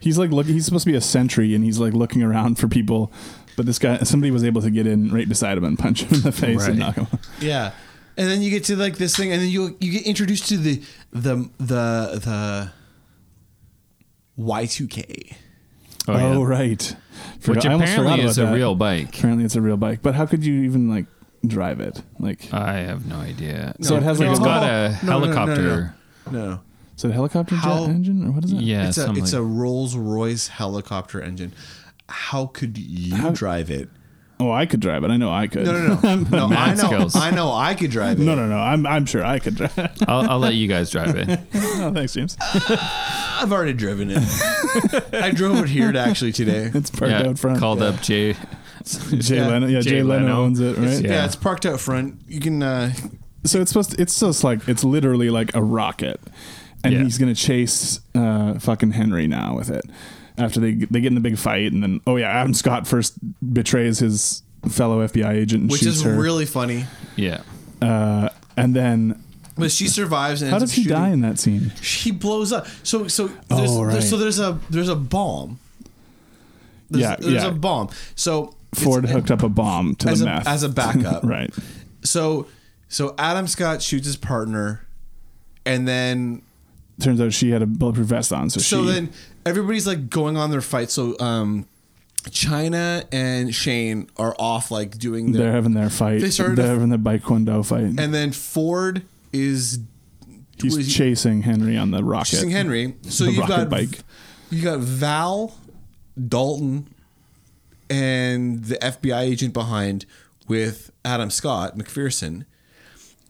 [SPEAKER 2] He's like look. He's supposed to be a sentry, and he's like looking around for people. But this guy, somebody was able to get in right beside him and punch him in the face and knock
[SPEAKER 1] Right.
[SPEAKER 2] him.
[SPEAKER 1] Yeah. And then you get to like this thing, and then you you get introduced to the the the the Y two K.
[SPEAKER 2] Oh, right.
[SPEAKER 3] Which
[SPEAKER 2] I almost
[SPEAKER 3] apparently
[SPEAKER 2] forgot
[SPEAKER 3] is
[SPEAKER 2] about
[SPEAKER 3] a
[SPEAKER 2] that.
[SPEAKER 3] real bike.
[SPEAKER 2] Apparently, it's a real bike. But how could you even like drive it? Like
[SPEAKER 3] I have no idea.
[SPEAKER 2] So it has like
[SPEAKER 3] Uh, it's
[SPEAKER 2] a-
[SPEAKER 3] got a
[SPEAKER 2] Oh. No, no, no, no,
[SPEAKER 3] helicopter.
[SPEAKER 1] No, no.
[SPEAKER 2] So the helicopter jet
[SPEAKER 1] How-
[SPEAKER 2] engine, or what is it?
[SPEAKER 3] Yeah,
[SPEAKER 1] it's a
[SPEAKER 3] something
[SPEAKER 1] it's
[SPEAKER 3] like-
[SPEAKER 1] a Rolls Royce helicopter engine. How could you drive it?
[SPEAKER 2] Oh, I could drive it. I know I could.
[SPEAKER 1] No, no, no, no. I
[SPEAKER 3] Matt
[SPEAKER 1] know,
[SPEAKER 3] skills.
[SPEAKER 1] I know, I could drive it.
[SPEAKER 2] no, no, no. I'm I'm sure I could drive. it.
[SPEAKER 3] I'll, I'll let you guys drive it.
[SPEAKER 2] oh, thanks, James.
[SPEAKER 1] I've already driven it. I drove it here to actually today.
[SPEAKER 2] It's parked
[SPEAKER 3] Yeah,
[SPEAKER 2] out front.
[SPEAKER 3] Called up Jay.
[SPEAKER 2] Jay Leno. Yeah, Jay, Leno, owns it, right?
[SPEAKER 1] It's- yeah. it's parked out front. You can. Uh,
[SPEAKER 2] So it's supposed. To, it's just like it's literally like a rocket, and
[SPEAKER 3] Yeah.
[SPEAKER 2] he's gonna chase uh, fucking Henry now with it. After they they get in the big fight, and then oh yeah, Adam Scott first betrays his fellow FBI agent, and
[SPEAKER 1] which
[SPEAKER 2] shoots
[SPEAKER 1] is
[SPEAKER 2] her.
[SPEAKER 1] really funny.
[SPEAKER 3] Yeah.
[SPEAKER 2] Uh, and then
[SPEAKER 1] But she survives. And
[SPEAKER 2] how
[SPEAKER 1] ends
[SPEAKER 2] does
[SPEAKER 1] up
[SPEAKER 2] he
[SPEAKER 1] shooting-
[SPEAKER 2] die in that scene?
[SPEAKER 1] She blows up. So so there's,
[SPEAKER 2] Oh,
[SPEAKER 1] there's- so
[SPEAKER 2] right.
[SPEAKER 1] there's a there's a bomb. There's,
[SPEAKER 2] Yeah,
[SPEAKER 1] there's
[SPEAKER 2] yeah.
[SPEAKER 1] a bomb. So it's-
[SPEAKER 2] Ford hooked up a bomb to
[SPEAKER 1] as
[SPEAKER 2] the
[SPEAKER 1] a-
[SPEAKER 2] meth
[SPEAKER 1] as a backup.
[SPEAKER 2] right?
[SPEAKER 1] So so Adam Scott shoots his partner, and then
[SPEAKER 2] Turns out she had a bulletproof vest on, so,
[SPEAKER 1] so
[SPEAKER 2] she
[SPEAKER 1] then everybody's like going on their fight. So um, China and Shane are off like doing
[SPEAKER 2] they're
[SPEAKER 1] their,
[SPEAKER 2] having their fight.
[SPEAKER 1] They
[SPEAKER 2] They
[SPEAKER 1] started
[SPEAKER 2] started
[SPEAKER 1] a-
[SPEAKER 2] they're having the Taekwondo fight.
[SPEAKER 1] and then Ford is
[SPEAKER 2] He's
[SPEAKER 1] was-
[SPEAKER 2] chasing Henry on the rocket.
[SPEAKER 1] Chasing Henry. So
[SPEAKER 2] The
[SPEAKER 1] you've
[SPEAKER 2] rocket
[SPEAKER 1] got
[SPEAKER 2] bike.
[SPEAKER 1] you got Val, Dalton, and the FBI agent behind with Adam Scott McPherson,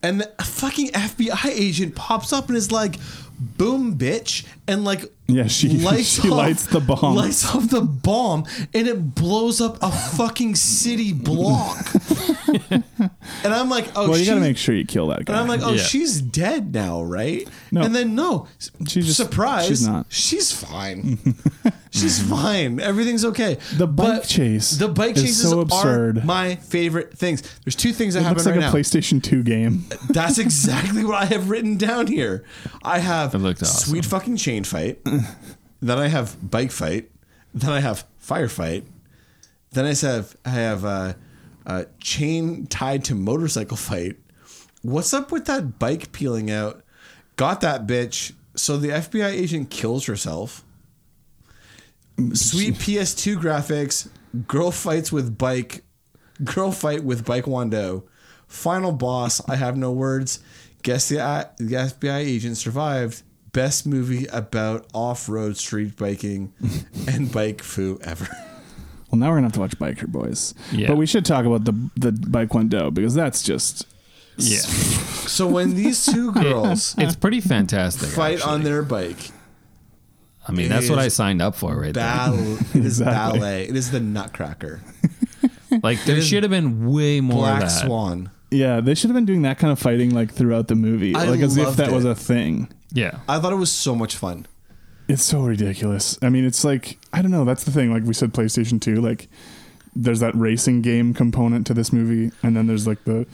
[SPEAKER 1] and the fucking FBI agent pops up and is like, "Boom, bitch!" and like.
[SPEAKER 2] Yeah, she she lights the bomb.
[SPEAKER 1] Lights off the bomb, and it blows up a fucking city block. and I'm like, oh,
[SPEAKER 2] well, you got to
[SPEAKER 1] she-
[SPEAKER 2] make sure you kill that guy.
[SPEAKER 1] and I'm like, oh, she's dead now, right?
[SPEAKER 2] No.
[SPEAKER 1] And then no,
[SPEAKER 2] She's just-
[SPEAKER 1] surprise.
[SPEAKER 2] she's not.
[SPEAKER 1] She's fine. she's fine. Everything's okay.
[SPEAKER 2] The bike
[SPEAKER 1] But
[SPEAKER 2] chase
[SPEAKER 1] The bike
[SPEAKER 2] is
[SPEAKER 1] chases
[SPEAKER 2] so
[SPEAKER 1] are
[SPEAKER 2] absurd.
[SPEAKER 1] my favorite things. There's two things that
[SPEAKER 2] it
[SPEAKER 1] happen
[SPEAKER 2] looks like
[SPEAKER 1] right
[SPEAKER 2] a
[SPEAKER 1] now.
[SPEAKER 2] PlayStation 2 game.
[SPEAKER 1] That's exactly what I have written down here. I have
[SPEAKER 3] looked awesome.
[SPEAKER 1] sweet fucking chain fight. then I have bike fight. Then I have firefight. Then I have I have uh, uh, chain tied to motorcycle fight. What's up with that bike peeling out? Got that bitch. So the FBI agent kills herself. Sweet PS2 graphics. Girl fights with bike. Girl fight with bike Wando. Final boss. I have no words. Guess the, the FBI agent survived. Best movie about off-road street biking and bike foo ever.
[SPEAKER 2] Well, now we're gonna have to watch Biker Boys.
[SPEAKER 3] Yeah.
[SPEAKER 2] But we should talk about the the bike one dough because that's just
[SPEAKER 3] Yeah.
[SPEAKER 1] So when these two girls
[SPEAKER 3] It's pretty fantastic.
[SPEAKER 1] fight
[SPEAKER 3] actually.
[SPEAKER 1] on their bike,
[SPEAKER 3] I mean, that's what I signed up for right
[SPEAKER 1] ball- it is
[SPEAKER 2] Exactly.
[SPEAKER 1] ballet. It is the Nutcracker.
[SPEAKER 3] there. Like there should have been way more of
[SPEAKER 1] Black
[SPEAKER 3] that.
[SPEAKER 1] Swan.
[SPEAKER 2] yeah. They should have been doing that kind of fighting like throughout the movie,
[SPEAKER 1] I
[SPEAKER 2] like as if
[SPEAKER 1] loved
[SPEAKER 2] that
[SPEAKER 1] it.
[SPEAKER 2] was a thing.
[SPEAKER 3] Yeah.
[SPEAKER 1] I thought it was so much fun.
[SPEAKER 2] It's so ridiculous. I mean, it's like I don't know. That's the thing. Like we said, PlayStation Two. Like there's that racing game component to this movie, and then there's like the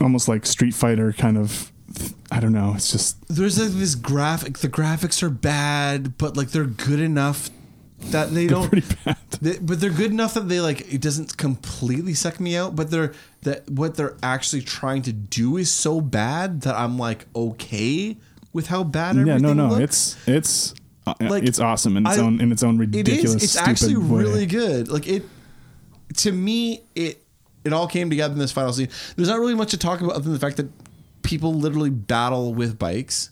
[SPEAKER 2] almost like Street Fighter kind of. I don't know. It's just
[SPEAKER 1] There's like this graphic. The graphics are bad, but like they're good enough that they don't.
[SPEAKER 2] pretty bad.
[SPEAKER 1] They, but they're good enough that they like it doesn't completely suck me out. But they're that what they're actually trying to do is so bad that I'm like okay with how bad everything
[SPEAKER 2] Yeah, no, no.
[SPEAKER 1] looks.
[SPEAKER 2] It's it's uh,
[SPEAKER 1] Like,
[SPEAKER 2] it's awesome in its
[SPEAKER 1] I-
[SPEAKER 2] own in its own
[SPEAKER 1] it
[SPEAKER 2] ridiculous.
[SPEAKER 1] is. It's
[SPEAKER 2] stupid
[SPEAKER 1] actually
[SPEAKER 2] way.
[SPEAKER 1] really good. Like it, to me, it it all came together in this final scene. There's not really much to talk about other than the fact that people literally battle with bikes,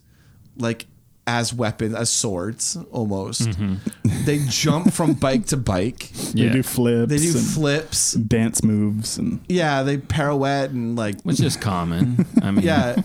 [SPEAKER 1] like as weapons, as swords, almost.
[SPEAKER 2] Mm-hmm.
[SPEAKER 1] They jump from bike to bike.
[SPEAKER 2] They
[SPEAKER 3] Yeah.
[SPEAKER 2] do flips.
[SPEAKER 1] They do
[SPEAKER 2] and
[SPEAKER 1] flips.
[SPEAKER 2] dance moves and
[SPEAKER 1] Yeah, they pirouette and like
[SPEAKER 3] Which is common. I mean,
[SPEAKER 1] yeah.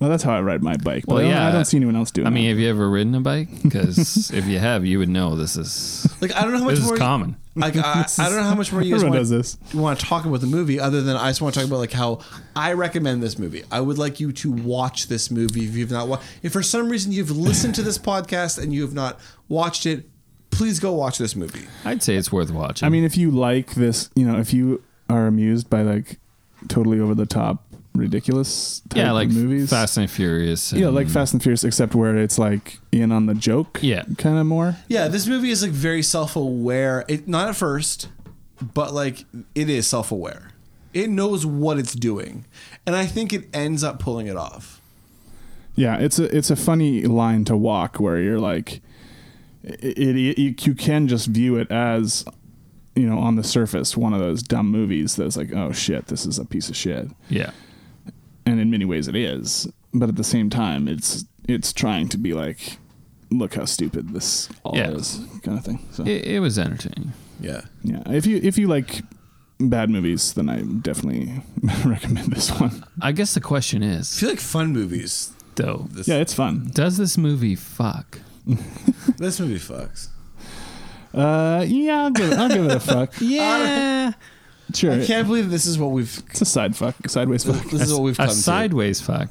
[SPEAKER 2] Well, that's how I ride my bike. But
[SPEAKER 3] Well,
[SPEAKER 2] I don't-
[SPEAKER 3] yeah.
[SPEAKER 2] I don't see anyone else doing.
[SPEAKER 3] I mean, have you ever ridden a bike? Because if you have, you would know this is
[SPEAKER 1] Like I don't know how much
[SPEAKER 3] this
[SPEAKER 1] more
[SPEAKER 3] is common.
[SPEAKER 1] Like I, I don't know how much more you guys
[SPEAKER 2] Everyone
[SPEAKER 1] want,
[SPEAKER 2] does this.
[SPEAKER 1] want to talk about the movie, other than I just want to talk about like how I recommend this movie. I would like you to watch this movie if you've not watched. If for some reason you've listened to this podcast and you have not watched it, please go watch this movie.
[SPEAKER 3] I'd say it's worth watching.
[SPEAKER 2] I mean, if you like this, you know, if you are amused by like totally over the top, ridiculous, type
[SPEAKER 3] yeah, like
[SPEAKER 2] of movies,
[SPEAKER 3] Fast and Furious.
[SPEAKER 2] yeah, like
[SPEAKER 3] and-
[SPEAKER 2] Fast and Furious, except where it's like in on the joke, yeah, kind of more.
[SPEAKER 1] Yeah, this movie is like very self-aware. It not at first, but like it is self-aware. It knows what it's doing, and I think it ends up pulling it off.
[SPEAKER 2] Yeah, it's a it's a funny line to walk where you're like, it, it, it you can just view it as, you know, on the surface one of those dumb movies that's like, oh shit, this is a piece of shit.
[SPEAKER 3] Yeah,
[SPEAKER 2] and in many ways it is, but at the same time it's it's trying to be like, look how stupid this all
[SPEAKER 3] Yeah.
[SPEAKER 2] is, kind of thing. So
[SPEAKER 3] It, it was entertaining.
[SPEAKER 1] Yeah.
[SPEAKER 2] yeah, if you if you like bad movies, then I definitely recommend this one.
[SPEAKER 3] I guess the question is: I
[SPEAKER 1] feel like fun movies,
[SPEAKER 3] though.
[SPEAKER 2] yeah, it's fun.
[SPEAKER 3] Does this movie fuck?
[SPEAKER 1] This movie fucks.
[SPEAKER 2] Uh, yeah, I'll give it, I'll give it a fuck.
[SPEAKER 3] yeah.
[SPEAKER 2] Sure.
[SPEAKER 1] I can't believe this is what we've.
[SPEAKER 2] It's a side fuck, sideways fuck.
[SPEAKER 1] This is what we've
[SPEAKER 3] a
[SPEAKER 1] come to.
[SPEAKER 3] sideways fuck.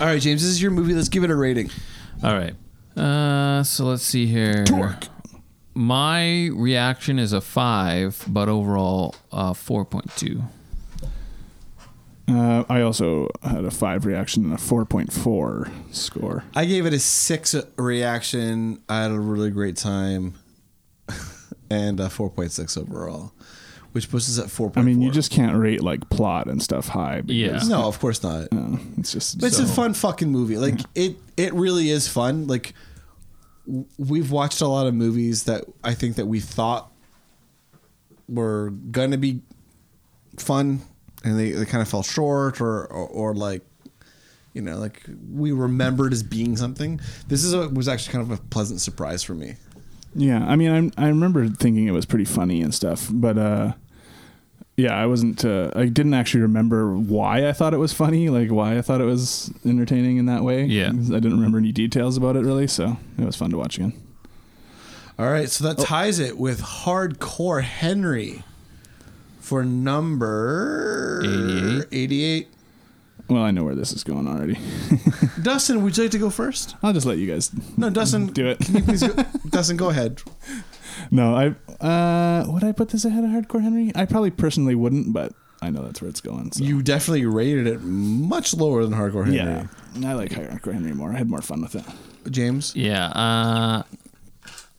[SPEAKER 1] All right, James, this is your movie. Let's give it a rating.
[SPEAKER 3] All right. Uh, so let's see here. Torque. My reaction is a five, but overall, uh, four point two.
[SPEAKER 2] Uh, I also had a five reaction and a four point four score.
[SPEAKER 1] I gave it a six reaction. I had a really great time, and a four point six overall, which puts us at four.
[SPEAKER 2] I mean, you just can't rate like plot and stuff high. because-
[SPEAKER 1] No, of course not.
[SPEAKER 2] No, it's just.
[SPEAKER 1] But it's a fun fucking movie. Like it, it really is fun. Like w- we've watched a lot of movies that I think that we thought were gonna be fun, and they, they kind of fell short, or, or or like you know, like we remembered as being something. This is a, was actually kind of a pleasant surprise for me.
[SPEAKER 2] Yeah, I mean, I I remember thinking it was pretty funny and stuff, but uh, yeah, I wasn't. Uh, I didn't actually remember why I thought it was funny, like why I thought it was entertaining in that way. Yeah, I didn't remember any details about it really, so it was fun to watch again.
[SPEAKER 1] All right, so that ties it with Hardcore Henry for number 88.
[SPEAKER 2] Well, I know where this is going already.
[SPEAKER 1] Dustin, would you like to go first?
[SPEAKER 2] I'll just let you guys.
[SPEAKER 1] No, Dustin,
[SPEAKER 2] do it.
[SPEAKER 1] Can you please go? Dustin, go ahead.
[SPEAKER 2] No, I uh, would I put this ahead of Hardcore Henry? I probably personally wouldn't, but I know that's where it's going. So.
[SPEAKER 1] You definitely rated it much lower than Hardcore Henry.
[SPEAKER 2] Yeah, I like Hardcore Henry more. I had more fun with it.
[SPEAKER 1] James?
[SPEAKER 3] Yeah. Uh,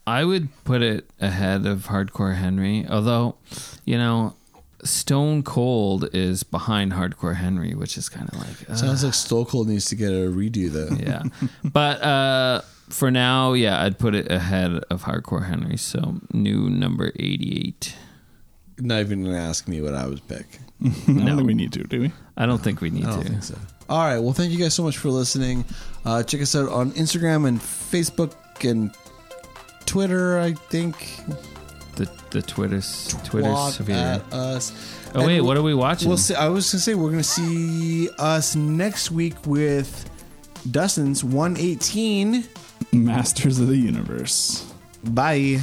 [SPEAKER 3] I would put it ahead of Hardcore Henry, although, you know, Stone Cold is behind Hardcore Henry, which is kind of like. uh,
[SPEAKER 1] Sounds like Stolkold needs to get a redo, though.
[SPEAKER 3] yeah. But uh, for now, yeah, I'd put it ahead of Hardcore Henry. So new number 88.
[SPEAKER 1] Not even going to ask me what I would pick.
[SPEAKER 2] I don't think we need to, do we?
[SPEAKER 3] I don't think we need
[SPEAKER 1] I don't
[SPEAKER 3] to.
[SPEAKER 1] think so. All right. Well, thank you guys so much for listening. Uh, check us out on Instagram and Facebook and Twitter, I think.
[SPEAKER 3] The, the Twitter's,
[SPEAKER 1] Blog
[SPEAKER 3] Twitter's severe.
[SPEAKER 1] at us.
[SPEAKER 3] Oh, wait, what are we watching?
[SPEAKER 1] We'll see, I was gonna say we're gonna see us next week with Dustin's 118.
[SPEAKER 2] Masters of the Universe.
[SPEAKER 1] Bye.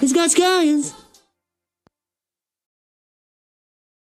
[SPEAKER 15] He's got scallions.